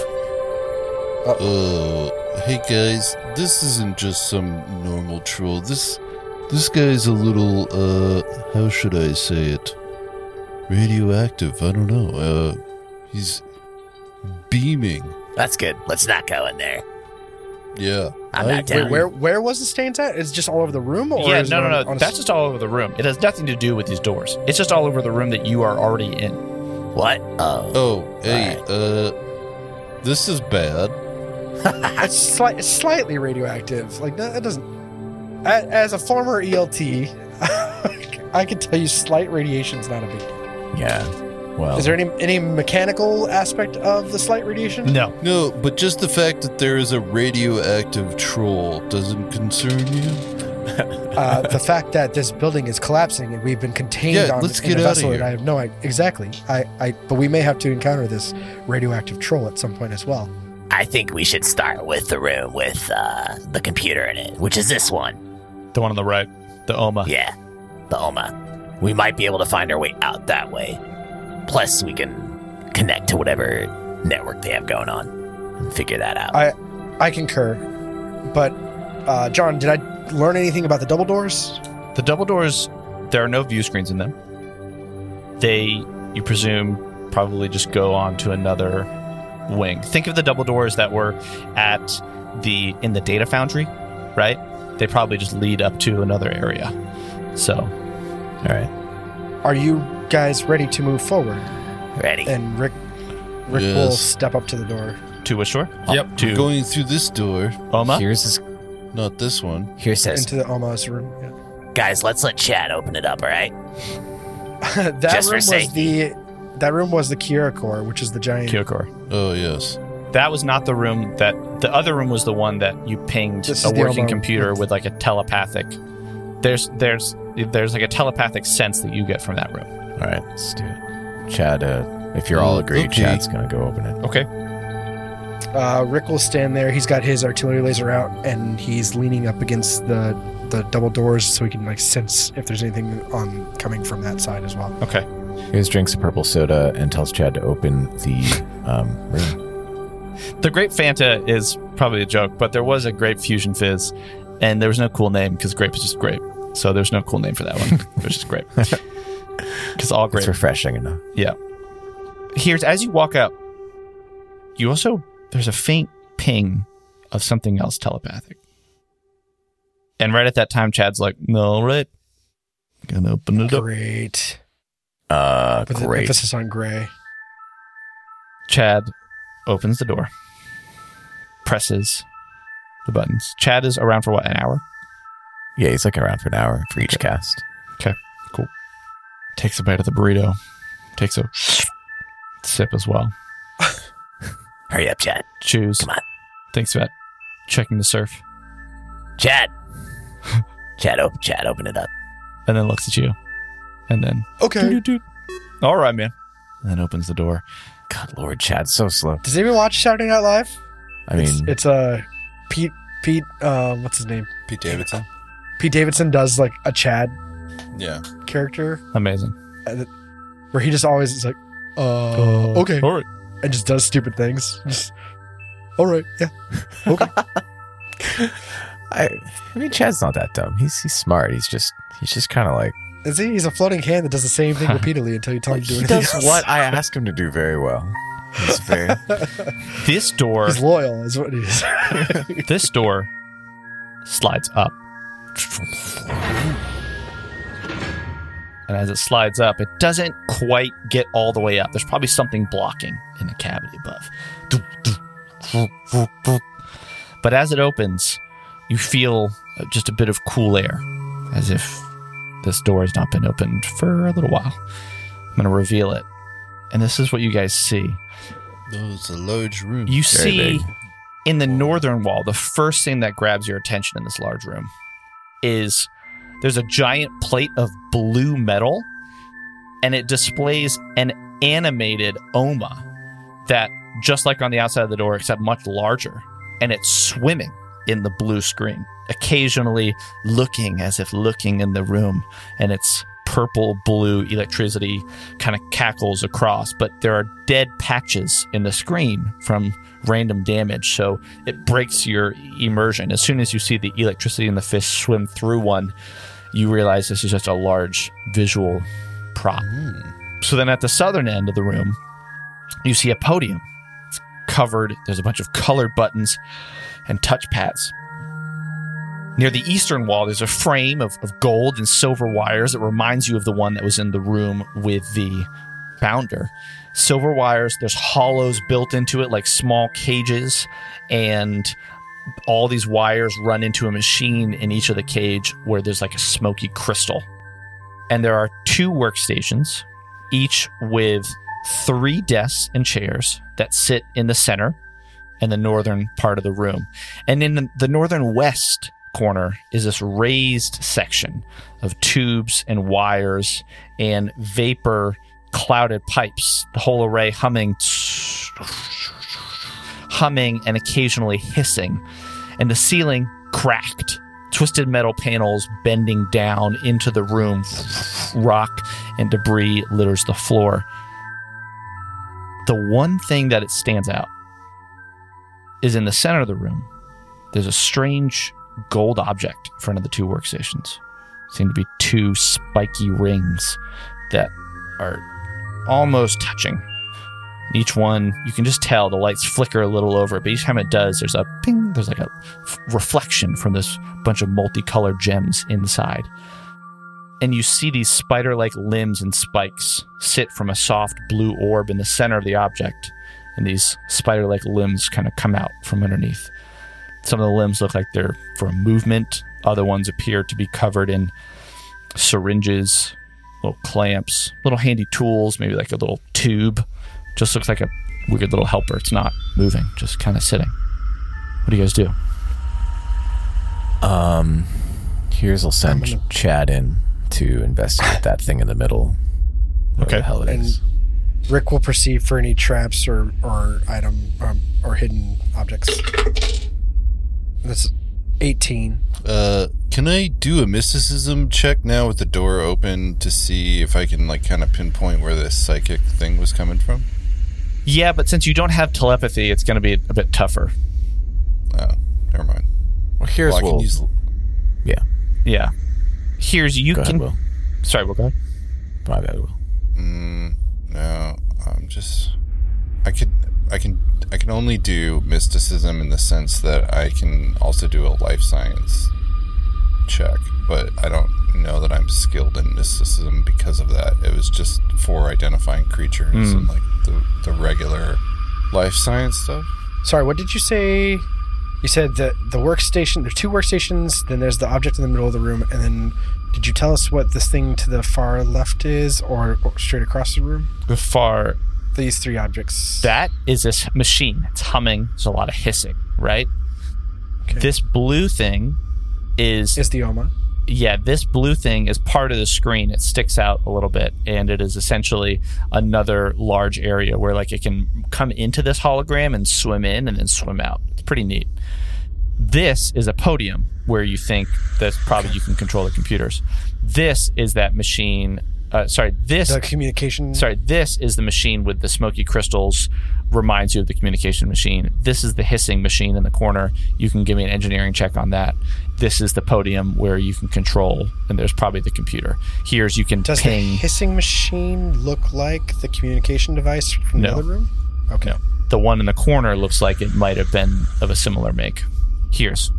Speaker 8: Uh, hey guys, this isn't just some normal troll. This this guy's a little uh, how should I say it? Radioactive. I don't know. Uh, he's beaming.
Speaker 9: That's good. Let's not go in there.
Speaker 8: Yeah.
Speaker 9: I'm
Speaker 8: I
Speaker 9: not
Speaker 8: agree.
Speaker 9: down.
Speaker 5: Where where was the stains at? Is it just all over the room? Or
Speaker 2: yeah.
Speaker 5: is it
Speaker 2: No,
Speaker 5: on-
Speaker 2: Oh, no,
Speaker 5: on
Speaker 2: no.
Speaker 5: a
Speaker 2: That's just all over the room. It has nothing to do with these doors. It's just all over the room that you are already in.
Speaker 9: What? Oh,
Speaker 8: Oh, hey. Uh, this is bad.
Speaker 5: It's sli- it's slightly radioactive. Like that, that doesn't. a- As a E former ELT, I can tell you slight radiation's not a big. deal.
Speaker 3: Yeah.
Speaker 2: Oh.
Speaker 3: Well,
Speaker 5: Is there any any mechanical aspect of the slight radiation?
Speaker 1: No.
Speaker 8: No, but just the fact that there is a radioactive troll doesn't concern you.
Speaker 5: Uh, the fact that this building is collapsing and we've been contained
Speaker 8: Yeah,
Speaker 5: on
Speaker 8: let's
Speaker 5: in a
Speaker 8: get outta
Speaker 5: vessel, and
Speaker 8: here.
Speaker 5: I have no I, exactly. I, I but we may have to encounter this radioactive troll at some point as well.
Speaker 9: I think we should start with the room with uh, the computer in it, which is this one.
Speaker 2: The one on the right, the Oma.
Speaker 9: Oh, Yeah, the OMA. We might be able to find our way out that way. Plus, we can connect to whatever network they have going on and figure that out.
Speaker 5: I I concur, but uh, John, did I learn anything about the double doors?
Speaker 2: The double doors, there are no view screens in them. They, you presume, probably just go on to another wing. Think of the double doors that were at the in the data foundry, right? They probably just lead up to another area. So, all right.
Speaker 5: Are you guys ready to move forward?
Speaker 9: Ready?
Speaker 5: And Rick Rick will
Speaker 8: Yes.
Speaker 5: step up to the door.
Speaker 2: To which door?
Speaker 6: Yep.
Speaker 2: To
Speaker 8: Going through this door,
Speaker 2: Oma.
Speaker 3: here's this.
Speaker 8: not this one.
Speaker 9: Here says,
Speaker 5: into the Oma's room. yeah.
Speaker 9: guys, let's let Chad open it up, all right?
Speaker 5: that
Speaker 9: Just for
Speaker 5: room was
Speaker 9: safety.
Speaker 5: the that room was the Kiera core, which is the giant
Speaker 2: Kyokor.
Speaker 8: Oh yes.
Speaker 2: That was not the room that the other room was the one that you pinged
Speaker 5: This
Speaker 2: a
Speaker 5: is the
Speaker 2: working
Speaker 5: Oma.
Speaker 2: computer with like a telepathic. There's there's there's like a telepathic sense that you get from that room.
Speaker 3: All right, let's do it. Chad, uh, if you're all agreed,
Speaker 8: Okay.
Speaker 3: Chad's gonna go open it.
Speaker 2: Okay.
Speaker 5: Uh, Rick will stand there. He's got his artillery laser out, and he's leaning up against the the double doors so he can like sense if there's anything on coming from that side as well.
Speaker 2: Okay.
Speaker 3: Here's drinks a purple soda and tells Chad to open the um, room.
Speaker 2: The Grape Fanta is probably a joke, but there was a Grape Fusion Fizz, and there was no cool name because grape is just grape. So there's no cool name for that one, which is grape. Because all grape.
Speaker 3: It's refreshing enough.
Speaker 2: yeah. Here's as you walk up, you also there's a faint ping of something else telepathic. And right at that time, Chad's like, "No, right, gonna open it up."
Speaker 5: Great.
Speaker 3: Uh,
Speaker 5: With an
Speaker 3: great.
Speaker 5: emphasis on gray.
Speaker 2: Chad opens the door, presses the buttons. Chad is around for what an hour.
Speaker 3: Yeah, he's like around for an hour for each cast.
Speaker 2: takes a bite of the burrito, takes a sip as well,
Speaker 9: Hurry up, Chad.
Speaker 2: chews,
Speaker 9: Come on.
Speaker 2: thinks about checking the surf,
Speaker 9: Chad! Chad, open, Chad, open it up.
Speaker 2: and then looks at you, and then
Speaker 5: Okay.
Speaker 2: "Doot, doot." all right, man, and then opens the door.
Speaker 3: God, Lord, Chad's so slow.
Speaker 5: Does anyone watch Saturday Night Live?
Speaker 3: I mean,
Speaker 5: it's, it's uh, Pete Pete uh, what's his name?
Speaker 4: Pete Davidson.
Speaker 5: Pete Davidson does like a Chad
Speaker 4: Yeah.
Speaker 5: character
Speaker 2: Amazing.
Speaker 5: where he just always is like, uh, okay,
Speaker 3: oh.
Speaker 2: All right.
Speaker 5: and just does stupid things. Just, all right, yeah, okay.
Speaker 3: I, I mean, Chad's not that dumb. He's he's smart. He's just he's just kind of like
Speaker 5: Is he? He's a floating hand that does the same thing repeatedly until you tell him to do
Speaker 3: he
Speaker 5: anything
Speaker 3: does
Speaker 5: else.
Speaker 3: what I ask him to do very well. He's very
Speaker 2: This door,
Speaker 5: He's loyal, is what he is.
Speaker 2: this door, slides up, and as it slides up, it doesn't quite get all the way up. There's probably something blocking in the cavity above. But as it opens, you feel just a bit of cool air, as if this door has not been opened for a little while. I'm going to reveal it. And this is what you guys see.
Speaker 8: No, it's a large room.
Speaker 4: Mm,
Speaker 2: You
Speaker 3: Very
Speaker 2: see
Speaker 3: big.
Speaker 2: in the northern wall, the first thing that grabs your attention in this large room is there's a giant plate of blue metal, and it displays an animated Oma that, just like on the outside of the door, except much larger, and it's swimming in the blue screen, occasionally looking as if looking in the room, and it's purple blue electricity kind of cackles across, but there are dead patches in the screen from random damage, so it breaks your immersion. As soon as you see the electricity and the fish swim through one, you realize this is just a large visual prop. So then at the southern end of the room, you see a podium. It's covered, there's a bunch of colored buttons and touchpads. Near the eastern wall, there's a frame of, of gold and silver wires that reminds you of the one that was in the room with the founder. Silver wires, there's hollows built into it like small cages, and all these wires run into a machine in each of the cage where there's like a smoky crystal. And there are two workstations each with three desks and chairs that sit in the center and the northern part of the room. And in the, the northern west corner is this raised section of tubes and wires and vapor clouded pipes, the whole array humming, humming, and occasionally hissing. And the ceiling cracked. Twisted metal panels bending down into the room. Rock and debris litters the floor. The one thing that it stands out is in the center of the room. There's a strange gold object in front of the two workstations. Seem to be two spiky rings that are almost touching. And Each one, you can just tell the lights flicker a little over it, but each time it does, there's a ping, there's like a f- reflection from this bunch of multicolored gems inside. And you see these spider like limbs and spikes sit from a soft blue orb in the center of the object and these spider like limbs kind of come out from underneath. Some of the limbs look like they're for movement, other ones appear to be covered in syringes, little clamps, little handy tools, maybe like a little tube. Just looks like a weird little helper. It's not moving, just kind of sitting. What do you guys do?
Speaker 3: Here's will send Chad in to investigate that thing in the middle. Okay. The hell it
Speaker 5: And
Speaker 3: is.
Speaker 5: Rick will perceive for any traps or or item um, or hidden objects. That's eighteen.
Speaker 4: Uh, can I do a mysticism check now with the door open to see if I can like kind of pinpoint where this psychic thing was coming from?
Speaker 2: Yeah, but since you don't have telepathy, it's going to be a bit tougher.
Speaker 4: Oh, never mind.
Speaker 3: Well, here's
Speaker 4: Well, I can
Speaker 3: Will.
Speaker 4: use
Speaker 3: yeah.
Speaker 2: Yeah. Here's you
Speaker 3: Go
Speaker 2: can.
Speaker 3: ahead, Will.
Speaker 2: Sorry, we'll go ahead.
Speaker 3: My bad, Will.
Speaker 4: no. I'm just. I could. I can. I can only do mysticism in the sense that I can also do a life science check, but I don't know that I'm skilled in mysticism because of that. It was just for identifying creatures
Speaker 3: Hmm.
Speaker 4: and like the the regular life science stuff.
Speaker 5: Sorry, what did you say? You said that the workstation. There's two workstations. Then there's the object in the middle of the room, and then did you tell us what this thing to the far left is, or, or straight across the room?
Speaker 2: The far
Speaker 5: These three objects.
Speaker 2: That is this machine. It's humming. There's a lot of hissing, right?
Speaker 5: Okay.
Speaker 2: This blue thing is,
Speaker 5: is the Oma.
Speaker 2: yeah, this blue thing is part of the screen. It sticks out a little bit, and it is essentially another large area where like it can come into this hologram and swim in and then swim out. It's pretty neat. This is a podium where you think that's probably you can control the computers. This is that machine. Uh, sorry, this
Speaker 5: The communication.
Speaker 2: sorry, this is the machine with the smoky crystals. Reminds you of the communication machine. This is the hissing machine in the corner. You can give me an engineering check on that. This is the podium where you can control, and there's probably the computer. Here's you can
Speaker 5: Does the
Speaker 2: ping.
Speaker 5: hissing machine look like the communication device from
Speaker 2: No.
Speaker 5: the other room? Okay.
Speaker 2: no, the one in the corner looks like it might have been of a similar make. Here's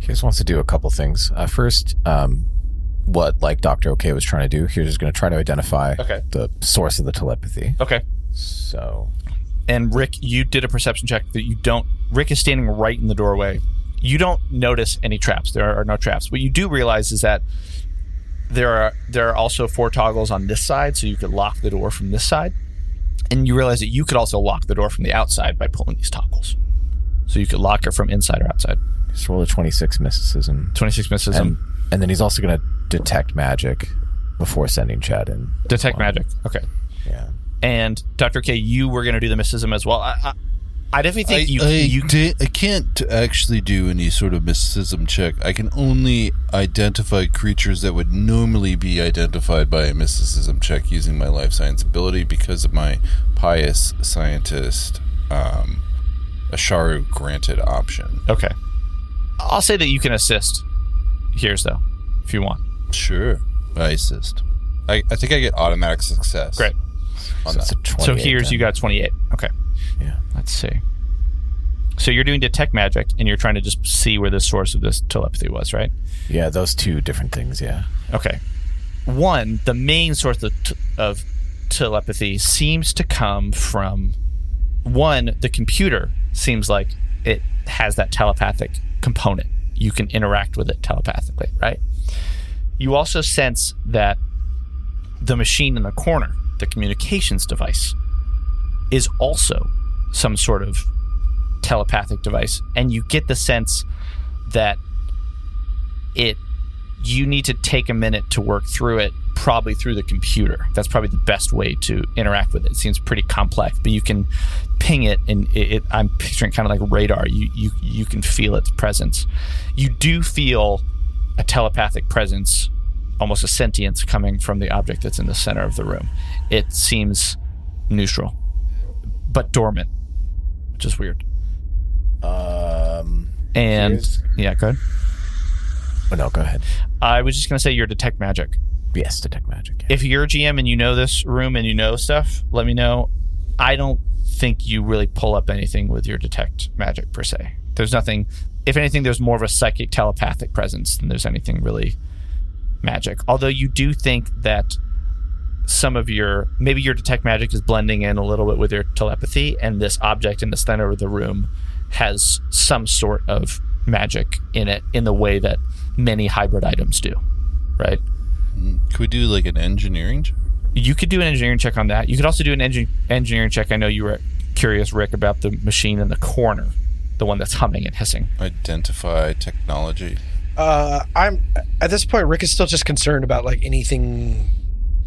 Speaker 3: Here's wants to do a couple things. Uh, first, um, what like Doctor OK was trying to do. Here's just going to try to identify
Speaker 2: Okay.
Speaker 3: the source of the telepathy.
Speaker 2: okay.
Speaker 3: So
Speaker 2: and Rick, you did a perception check that you don't. Rick is standing right in the doorway. You don't notice any traps. There are, no traps. What you do realize is that there are there are also four toggles on this side, so you could lock the door from this side. And you realize that you could also lock the door from the outside by pulling these toggles. So you could lock it from inside or outside.
Speaker 3: just roll a 26 mysticism,
Speaker 2: Twenty six misses
Speaker 3: and
Speaker 2: and
Speaker 3: and then he's also going to detect magic before sending Chad in.
Speaker 2: detect magic. Okay.
Speaker 3: Yeah.
Speaker 2: And Doctor K, you were going to do the mysticism as well. I, I, I definitely
Speaker 8: I,
Speaker 2: think you,
Speaker 8: I,
Speaker 2: you
Speaker 8: di- I can't actually do any sort of mysticism check. I can only identify creatures that would normally be identified by a mysticism check using my life science ability because of my pious scientist, um, Asharu granted option.
Speaker 2: Okay. I'll say that you can assist. Here's though, if you want.
Speaker 8: Sure, I assist.
Speaker 4: I, I think I get automatic success.
Speaker 2: Great.
Speaker 4: On
Speaker 3: So, it's
Speaker 4: that.
Speaker 3: a 28
Speaker 2: So here's
Speaker 3: then.
Speaker 2: you got 28. Okay.
Speaker 3: Yeah.
Speaker 2: Let's see. So you're doing detect magic and you're trying to just see where the source of this telepathy was, right?
Speaker 3: Yeah, those two different things. Yeah.
Speaker 2: Okay. One, the main source of, t- of telepathy seems to come from one, the computer seems like it has that telepathic component. You can interact with it telepathically, right? You also sense that the machine in the corner, the communications device, is also some sort of telepathic device. And you get the sense that it you need to take a minute to work through it, probably through the computer. That's probably the best way to interact with it. It seems pretty complex, but you can ping it, and it, it, I'm picturing kind of like radar. You, you you can feel its presence. You do feel a telepathic presence, almost a sentience coming from the object that's in the center of the room. It seems neutral, but dormant, which is weird.
Speaker 3: Um,
Speaker 2: And
Speaker 3: Here's-
Speaker 2: yeah, go ahead.
Speaker 3: oh, no, go ahead.
Speaker 2: I was just gonna say your detect magic.
Speaker 3: Yes, detect magic. yeah.
Speaker 2: if you're a GM and you know this room and you know stuff, let me know. I don't think you really pull up anything with your detect magic per se. There's nothing. If anything, there's more of a psychic telepathic presence than there's anything really magic. Although you do think that some of your maybe your detect magic is blending in a little bit with your telepathy, and this object in the center of the room has some sort of magic in it in the way that many hybrid items do, right?
Speaker 8: Could we do like an engineering? check?
Speaker 2: You could do an engineering check on that. You could also do an engin- engineering check. I know you were curious, Rick, about the machine in the corner, the one that's humming and hissing.
Speaker 4: Identify technology.
Speaker 5: Uh, I'm at this point. Rick is still just concerned about like anything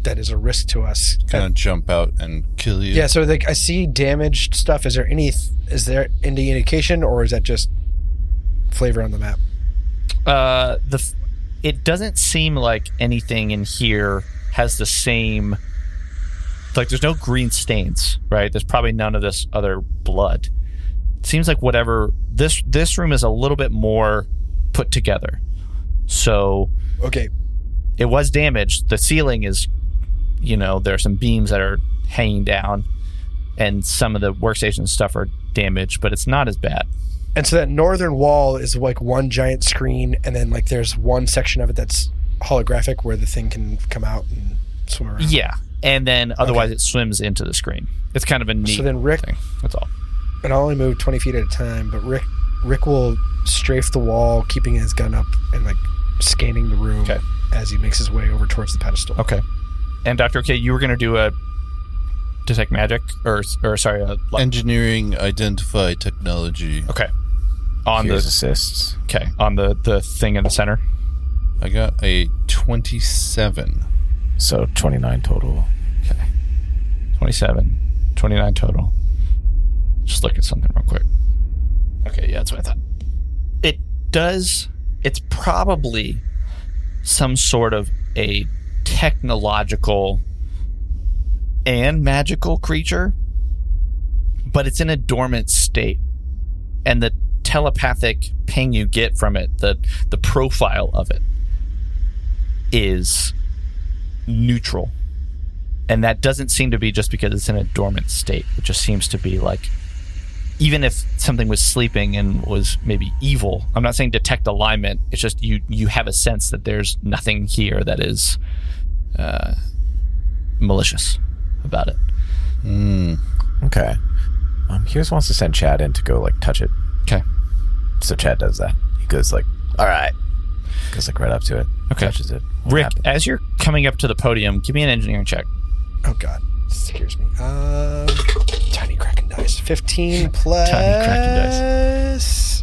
Speaker 5: that is a risk to us.
Speaker 4: Kind of jump out and kill you.
Speaker 5: Yeah, so like I see damaged stuff. Is there any is there any indication or is that just flavor on the map?
Speaker 2: Uh, the f- it doesn't seem like anything in here has the same. Like, there's no green stains, right? There's probably none of this other blood. It seems like whatever this this room is a little bit more put together. So
Speaker 5: Okay.
Speaker 2: it was damaged. The ceiling is, you know, there are some beams that are hanging down, and some of the workstation and stuff are damaged, but it's not as bad.
Speaker 5: And so that northern wall is like one giant screen and then like there's one section of it that's holographic where the thing can come out and swim around.
Speaker 2: Yeah, and then otherwise it swims into the screen. It's kind of a neat
Speaker 5: So then Rick
Speaker 2: thing. That's all.
Speaker 5: and I'll only move twenty feet at a time, but Rick Rick will strafe the wall, keeping his gun up and like scanning the room
Speaker 2: Okay.
Speaker 5: as he makes his way over towards the pedestal.
Speaker 2: Okay. And Doctor K, you were gonna do a detect magic, or or sorry, a, li-
Speaker 8: Engineering, identify technology.
Speaker 2: okay, on
Speaker 3: Here's
Speaker 2: the
Speaker 3: assists.
Speaker 2: okay on the the thing in the center.
Speaker 4: I got a 27.
Speaker 3: So 29 total.
Speaker 2: 27, 29 total. Just look at something real quick. Okay, yeah, that's what I thought. It does, it's probably some sort of a technological and magical creature, but it's in a dormant state. And the telepathic ping you get from it, the, the profile of it, is neutral and that doesn't seem to be just because it's in a dormant state it just seems to be like even if something was sleeping and was maybe evil i'm not saying detect alignment it's just you you have a sense that there's nothing here that is uh, malicious about it
Speaker 3: Okay. Um, Here's wants to send Chad in to go like touch it.
Speaker 2: okay
Speaker 3: So Chad does that. He goes like, all right. Goes like right up to it.
Speaker 2: Okay.
Speaker 3: Touches it. What
Speaker 2: rick
Speaker 3: happened?
Speaker 2: as you're coming up to the podium give me an engineering check
Speaker 5: Oh god, this scares me. Um, tiny Kraken dice, fifteen plus.
Speaker 2: Kraken
Speaker 5: dice.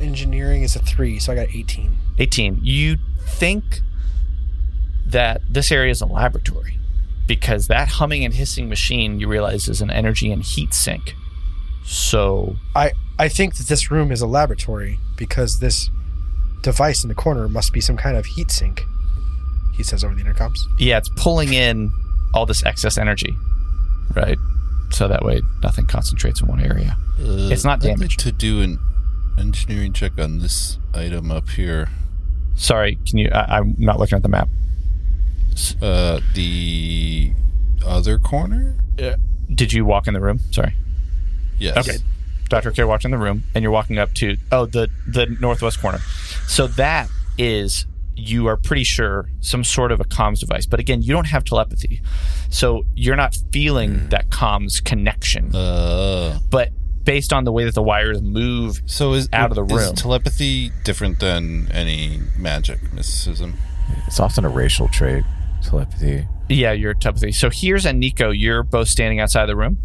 Speaker 5: Engineering is a three, so I got eighteen.
Speaker 2: 18 you think that this area is a laboratory because that humming and hissing machine you realize is an energy and heat sink so
Speaker 5: I I think that this room is a laboratory because this device in the corner must be some kind of heat sink. He says over the intercoms.
Speaker 2: yeah, it's pulling in all this excess energy, right? So that way nothing concentrates in one area.
Speaker 8: Uh,
Speaker 2: It's not
Speaker 8: I'd like
Speaker 2: damaged.
Speaker 8: to do an engineering check on this item up here.
Speaker 2: Sorry, can you? I, I'm not looking at the map.
Speaker 8: Uh, the other corner.
Speaker 2: Did you walk in the room? Sorry.
Speaker 8: Yes.
Speaker 2: Okay. Dr. K walked in the room and you're walking up to oh the the northwest corner. So that is you are pretty sure some sort of a comms device. But again, you don't have telepathy. So you're not feeling that comms connection.
Speaker 8: Hmm. Uh,
Speaker 2: but based on the way that the wires move
Speaker 8: so is
Speaker 2: Out of the
Speaker 8: is
Speaker 2: room.
Speaker 8: telepathy different than any magic mysticism?
Speaker 3: It's often a racial trait. Telepathy.
Speaker 2: Yeah, your telepathy. So here's and Nico, you're both standing outside the room.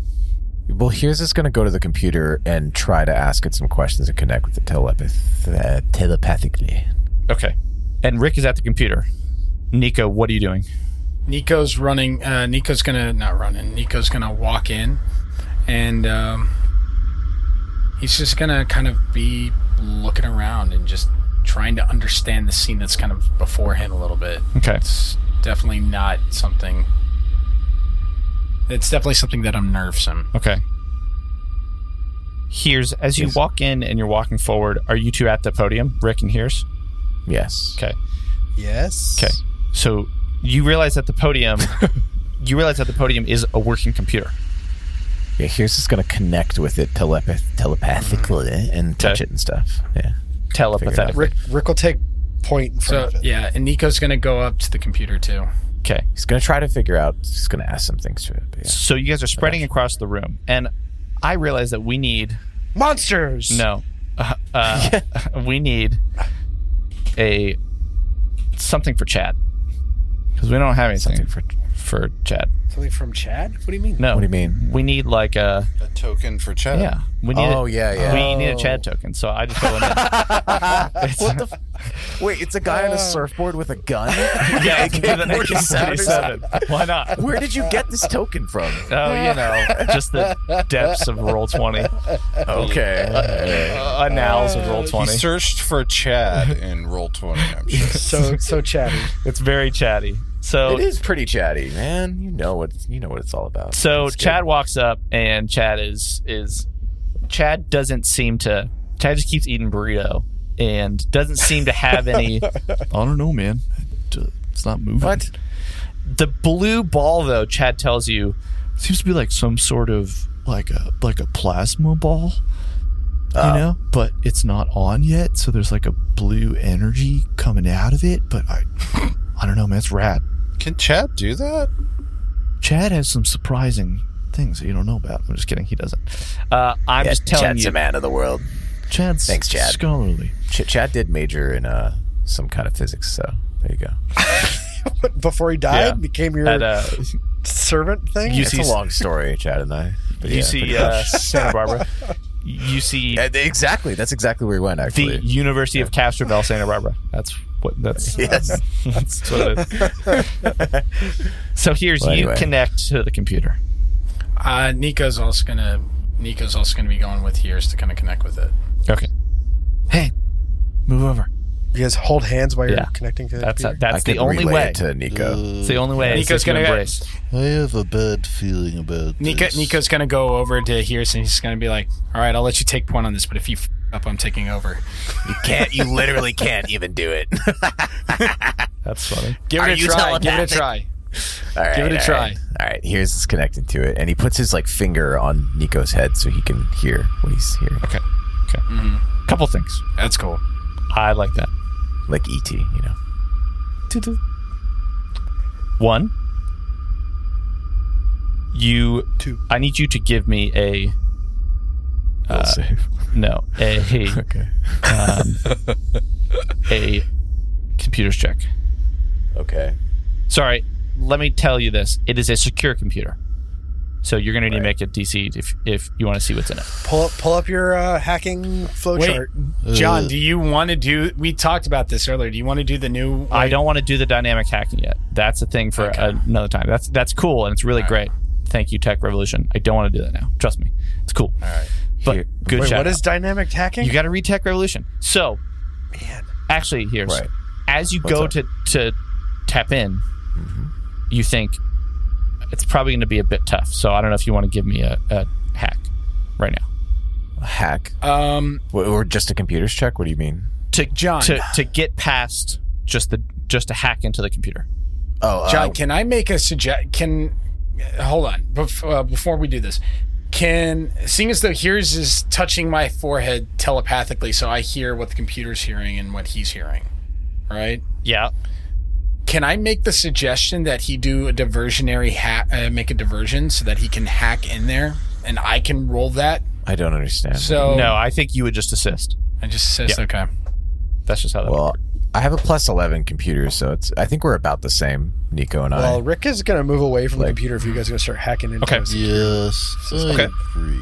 Speaker 3: Well, here's is going to go to the computer and try to ask it some questions and connect with it telepath- uh, telepathically.
Speaker 2: Okay. And Rick is at the computer. Nico, what are you doing?
Speaker 6: Nico's running. Uh, Nico's gonna not running. Nico's gonna walk in, and um, he's just gonna kind of be looking around and just trying to understand the scene that's kind of before him a little bit.
Speaker 2: Okay.
Speaker 6: It's definitely not something. It's definitely something that unnerves him.
Speaker 2: Okay. Here's as you walk in and you're walking forward, are you two at the podium, Rick and Here's?
Speaker 3: Yes.
Speaker 2: Okay.
Speaker 5: Yes.
Speaker 2: Okay. So you realize that the podium you realize that the podium is a working computer.
Speaker 3: Yeah, here's is going to connect with it telepath- telepathically and touch
Speaker 2: Okay.
Speaker 3: it and stuff. Yeah.
Speaker 2: Telepathetic.
Speaker 5: Rick, Rick will take point in
Speaker 6: So
Speaker 5: front of it.
Speaker 6: yeah, and Nico's gonna go up to the computer too.
Speaker 2: Okay.
Speaker 3: He's going to try to figure out, he's going to ask some things to it. But yeah.
Speaker 2: So you guys are spreading across the room and I realize that we need
Speaker 5: Monsters.
Speaker 2: No. Uh, uh, we need a something for Chad because we don't have anything for for Chad.
Speaker 5: Something from Chad? What do you mean?
Speaker 2: No.
Speaker 3: What do you mean?
Speaker 2: We need like a
Speaker 4: A token for Chad.
Speaker 2: yeah. We need.
Speaker 3: Oh,
Speaker 2: a,
Speaker 3: yeah, yeah.
Speaker 2: We need a Chad token. So I just put one in.
Speaker 3: what the f- Wait, it's a guy on a surfboard with a gun?
Speaker 2: Ah. yeah, it's
Speaker 3: AK-47.
Speaker 2: an AK-47. Why not?
Speaker 3: Where did you get this token from?
Speaker 2: Oh, you know, just the depths of roll twenty, uh,
Speaker 3: Okay.
Speaker 2: annals of roll
Speaker 4: He
Speaker 2: twenty.
Speaker 4: searched for Chad in roll twenty. I'm sure.
Speaker 5: So so chatty.
Speaker 2: It's very chatty. So
Speaker 3: It is pretty chatty, man. You know what you know what it's all about.
Speaker 2: So
Speaker 3: It's good.
Speaker 2: Chad walks up, and Chad is is Chad doesn't seem to. Chad just keeps eating burrito and doesn't seem to have any.
Speaker 8: I don't know, man. It, uh, It's not moving.
Speaker 3: What?
Speaker 2: the blue ball, though. Chad tells you
Speaker 8: seems to be like some sort of like a like a plasma ball
Speaker 3: Oh.
Speaker 8: you know but it's not on yet so there's like a blue energy coming out of it but i i don't know man it's rad
Speaker 4: Can Chad do that?
Speaker 8: chad has some surprising things that you don't know about i'm just kidding he doesn't
Speaker 2: uh, "I'm
Speaker 3: Yeah,
Speaker 2: just telling
Speaker 3: Chad's
Speaker 2: you."
Speaker 3: a man of the world.
Speaker 8: chad's
Speaker 3: Thanks, Chad.
Speaker 8: scholarly
Speaker 3: Ch- Chad did major in uh, some kind of physics, so there you go.
Speaker 5: But before he died,
Speaker 2: Yeah.
Speaker 5: became your
Speaker 2: At uh,
Speaker 5: servant thing.
Speaker 2: You
Speaker 3: it's
Speaker 2: see-
Speaker 3: a long story, Chad and I. But yeah,
Speaker 2: UC
Speaker 3: pretty
Speaker 2: uh,
Speaker 3: much.
Speaker 2: Santa Barbara, UC
Speaker 3: Uh, exactly. That's exactly where we went.
Speaker 2: the
Speaker 3: Actually,
Speaker 2: University of Castroville, Santa Barbara. That's what that's
Speaker 3: yes.
Speaker 2: that's what it is. so here's
Speaker 3: Well,
Speaker 2: you
Speaker 3: anyway.
Speaker 2: connect to the computer.
Speaker 6: Uh, Nico's also gonna Nico's also gonna be going with here's to kind of connect with it.
Speaker 2: Okay. Hey, move over.
Speaker 5: you guys hold hands while you're
Speaker 2: Yeah.
Speaker 5: connecting to the
Speaker 2: That's
Speaker 5: computer?
Speaker 2: that's
Speaker 3: I
Speaker 2: the
Speaker 3: could
Speaker 2: only
Speaker 3: relay
Speaker 2: way.
Speaker 3: it to Nico.
Speaker 2: It's the only way.
Speaker 6: Nico's
Speaker 2: Nico's gonna
Speaker 6: gonna go-
Speaker 2: embrace.
Speaker 8: i have a bad feeling about
Speaker 6: Nico,
Speaker 8: this.
Speaker 6: Nico's gonna go over to Hears and he's gonna be like, "All right, I'll let you take point on this, but if you f- up, I'm taking over.
Speaker 3: You can't. You literally can't even do it. all
Speaker 2: That's funny.
Speaker 6: Give
Speaker 9: Are
Speaker 6: it a
Speaker 9: you
Speaker 6: try. Give it a
Speaker 9: telepathic?
Speaker 6: try."
Speaker 3: right,
Speaker 6: Give it a
Speaker 3: all
Speaker 6: try.
Speaker 3: right. All right. Here's this connecting to it, and he puts his like finger on Nico's head so he can hear what he's hearing,
Speaker 2: Okay. Okay. Couple things.
Speaker 6: That's cool.
Speaker 2: I like that.
Speaker 3: like ET. You know.
Speaker 2: One. You. Two. I need you to give me a
Speaker 3: Will save.
Speaker 2: no a um,
Speaker 3: Okay.
Speaker 2: a computer's check.
Speaker 3: Okay.
Speaker 2: Sorry. Let me tell you this. It is a secure computer. So you're gonna need to make a DC if if you want to see what's in it.
Speaker 5: pull up pull up your uh, hacking
Speaker 6: Wait,
Speaker 5: flowchart.
Speaker 6: John,
Speaker 8: Uh.
Speaker 6: do you want to do? We talked about this earlier. Do you want to do the new?
Speaker 2: I don't want to do the dynamic hacking yet. That's a thing for another time. That's that's cool and it's really great. Thank you, Tech Revolution. I don't want to do that now. Trust me, it's cool. All right, but
Speaker 3: Here-
Speaker 2: good
Speaker 5: Wait,
Speaker 2: shout.
Speaker 5: what
Speaker 2: out.
Speaker 5: is dynamic hacking?
Speaker 2: you got to read Tech Revolution. So,
Speaker 5: Man.
Speaker 2: actually, here's
Speaker 3: Right.
Speaker 2: as you go
Speaker 3: up?
Speaker 2: to to tap in, you think it's probably going to be a bit tough. So I don't know if you want to give me a, a hack right now
Speaker 3: A hack.
Speaker 6: Um,
Speaker 3: Or- Or just a computer's check? What do you mean?
Speaker 2: to
Speaker 6: John.
Speaker 2: to to get past just the just a hack into the computer.
Speaker 3: Oh, uh,
Speaker 6: John, can I make a suggest? Can uh, hold on Bef- uh, before we do this. Can seeing as though Hears is touching my forehead telepathically, so I hear what the computer's hearing and what he's hearing, right?
Speaker 2: Yeah,
Speaker 6: Can I make the suggestion that he do a diversionary hack, uh, make a diversion so that he can hack in there and I can roll that?
Speaker 3: I don't understand.
Speaker 6: So
Speaker 2: no, I think you would just assist.
Speaker 6: I just says okay.
Speaker 2: That's just how that.
Speaker 3: well, I have a plus eleven computer, so it's. I think we're about the same, Nico and
Speaker 5: Well,
Speaker 3: I.
Speaker 5: Rick is going to move away from the
Speaker 3: Like-
Speaker 5: computer if you guys are going to start hacking into
Speaker 2: Okay.
Speaker 5: us.
Speaker 8: Yes, I
Speaker 2: Okay.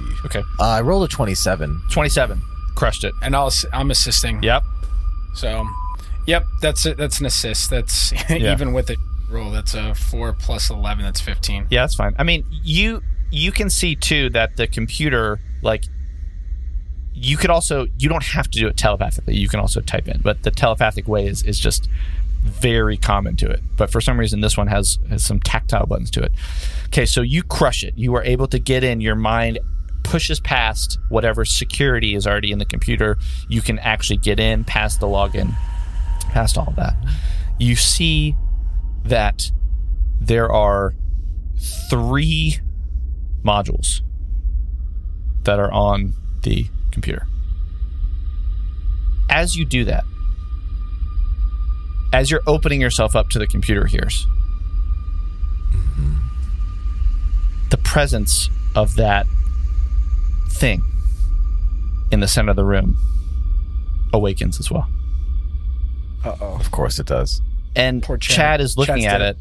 Speaker 8: agree.
Speaker 3: Uh, I rolled a twenty-seven.
Speaker 2: 27. Crushed it.
Speaker 6: and I'll, ass- I'm assisting.
Speaker 2: Yep.
Speaker 6: So, yep, that's it. That's an assist. That's even with a roll. That's a four plus eleven. That's fifteen.
Speaker 2: Yeah, that's fine. I mean, you you can see too that the computer like you could also you don't have to do it telepathically. You can also type in, but the telepathic way is is just very common to it. But for some reason, this one has has some tactile buttons to it. Okay, so you crush it. You are able to get in. Your mind pushes past whatever security is already in the computer. You can actually get in past the login, past all of that. You see that there are three modules that are on the computer. As you do that, as you're opening yourself up to the computer hears the presence of that thing in the center of the room awakens as well.
Speaker 3: Of course, it does.
Speaker 2: And
Speaker 5: Poor Chad.
Speaker 2: Chad. is looking
Speaker 5: Chad's
Speaker 2: at
Speaker 5: dead.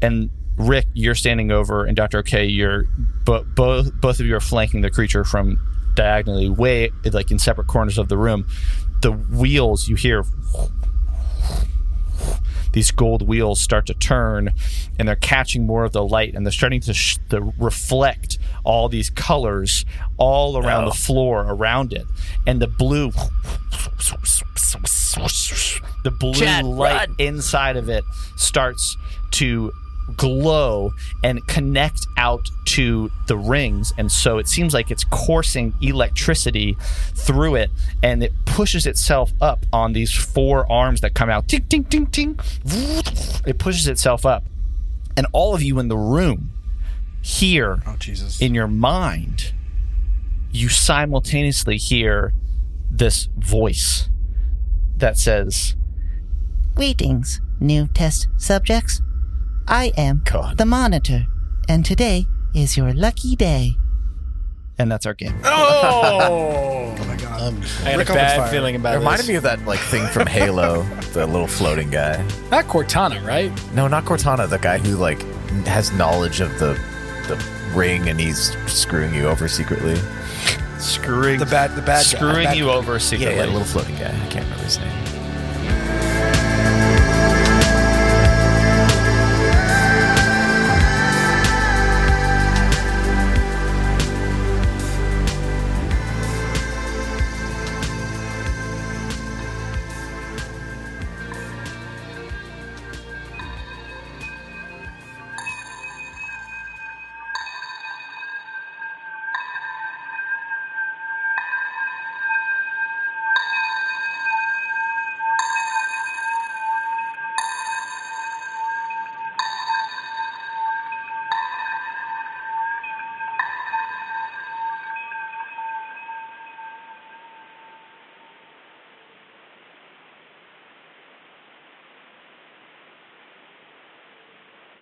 Speaker 2: it, and Rick, you're standing over, and Doctor K, you're bo- both both of you are flanking the creature from diagonally, way like in separate corners of the room. The wheels you hear. These gold wheels start to turn, and they're catching more of the light, and they're starting to, sh- to reflect all these colors all around
Speaker 5: Oh.
Speaker 2: the floor around it, and the blue, the blue
Speaker 9: Chad,
Speaker 2: light
Speaker 9: run.
Speaker 2: inside of it starts to glow and connect out to the rings and so it seems like it's coursing electricity through it and it pushes itself up on these four arms that come out ting ting ting ting it pushes itself up and all of you in the room hear
Speaker 5: Jesus.
Speaker 2: in your mind, you simultaneously hear this voice that says,
Speaker 10: Greetings, new test subjects. I am
Speaker 3: God.
Speaker 10: the monitor, and today is your lucky day.
Speaker 2: and that's our game.
Speaker 6: I had a bad feeling about
Speaker 3: It
Speaker 6: it.
Speaker 3: reminded me of that like thing from Halo, the little floating guy.
Speaker 6: not Cortana, right?
Speaker 3: No, not Cortana. The guy who like has knowledge of the the ring and he's screwing you over secretly.
Speaker 2: Screwing
Speaker 5: The bad, the bad guy,
Speaker 2: screwing
Speaker 5: the bad
Speaker 2: you over
Speaker 3: Yeah,
Speaker 2: secretly.
Speaker 3: yeah, little floating guy. I can't remember his name.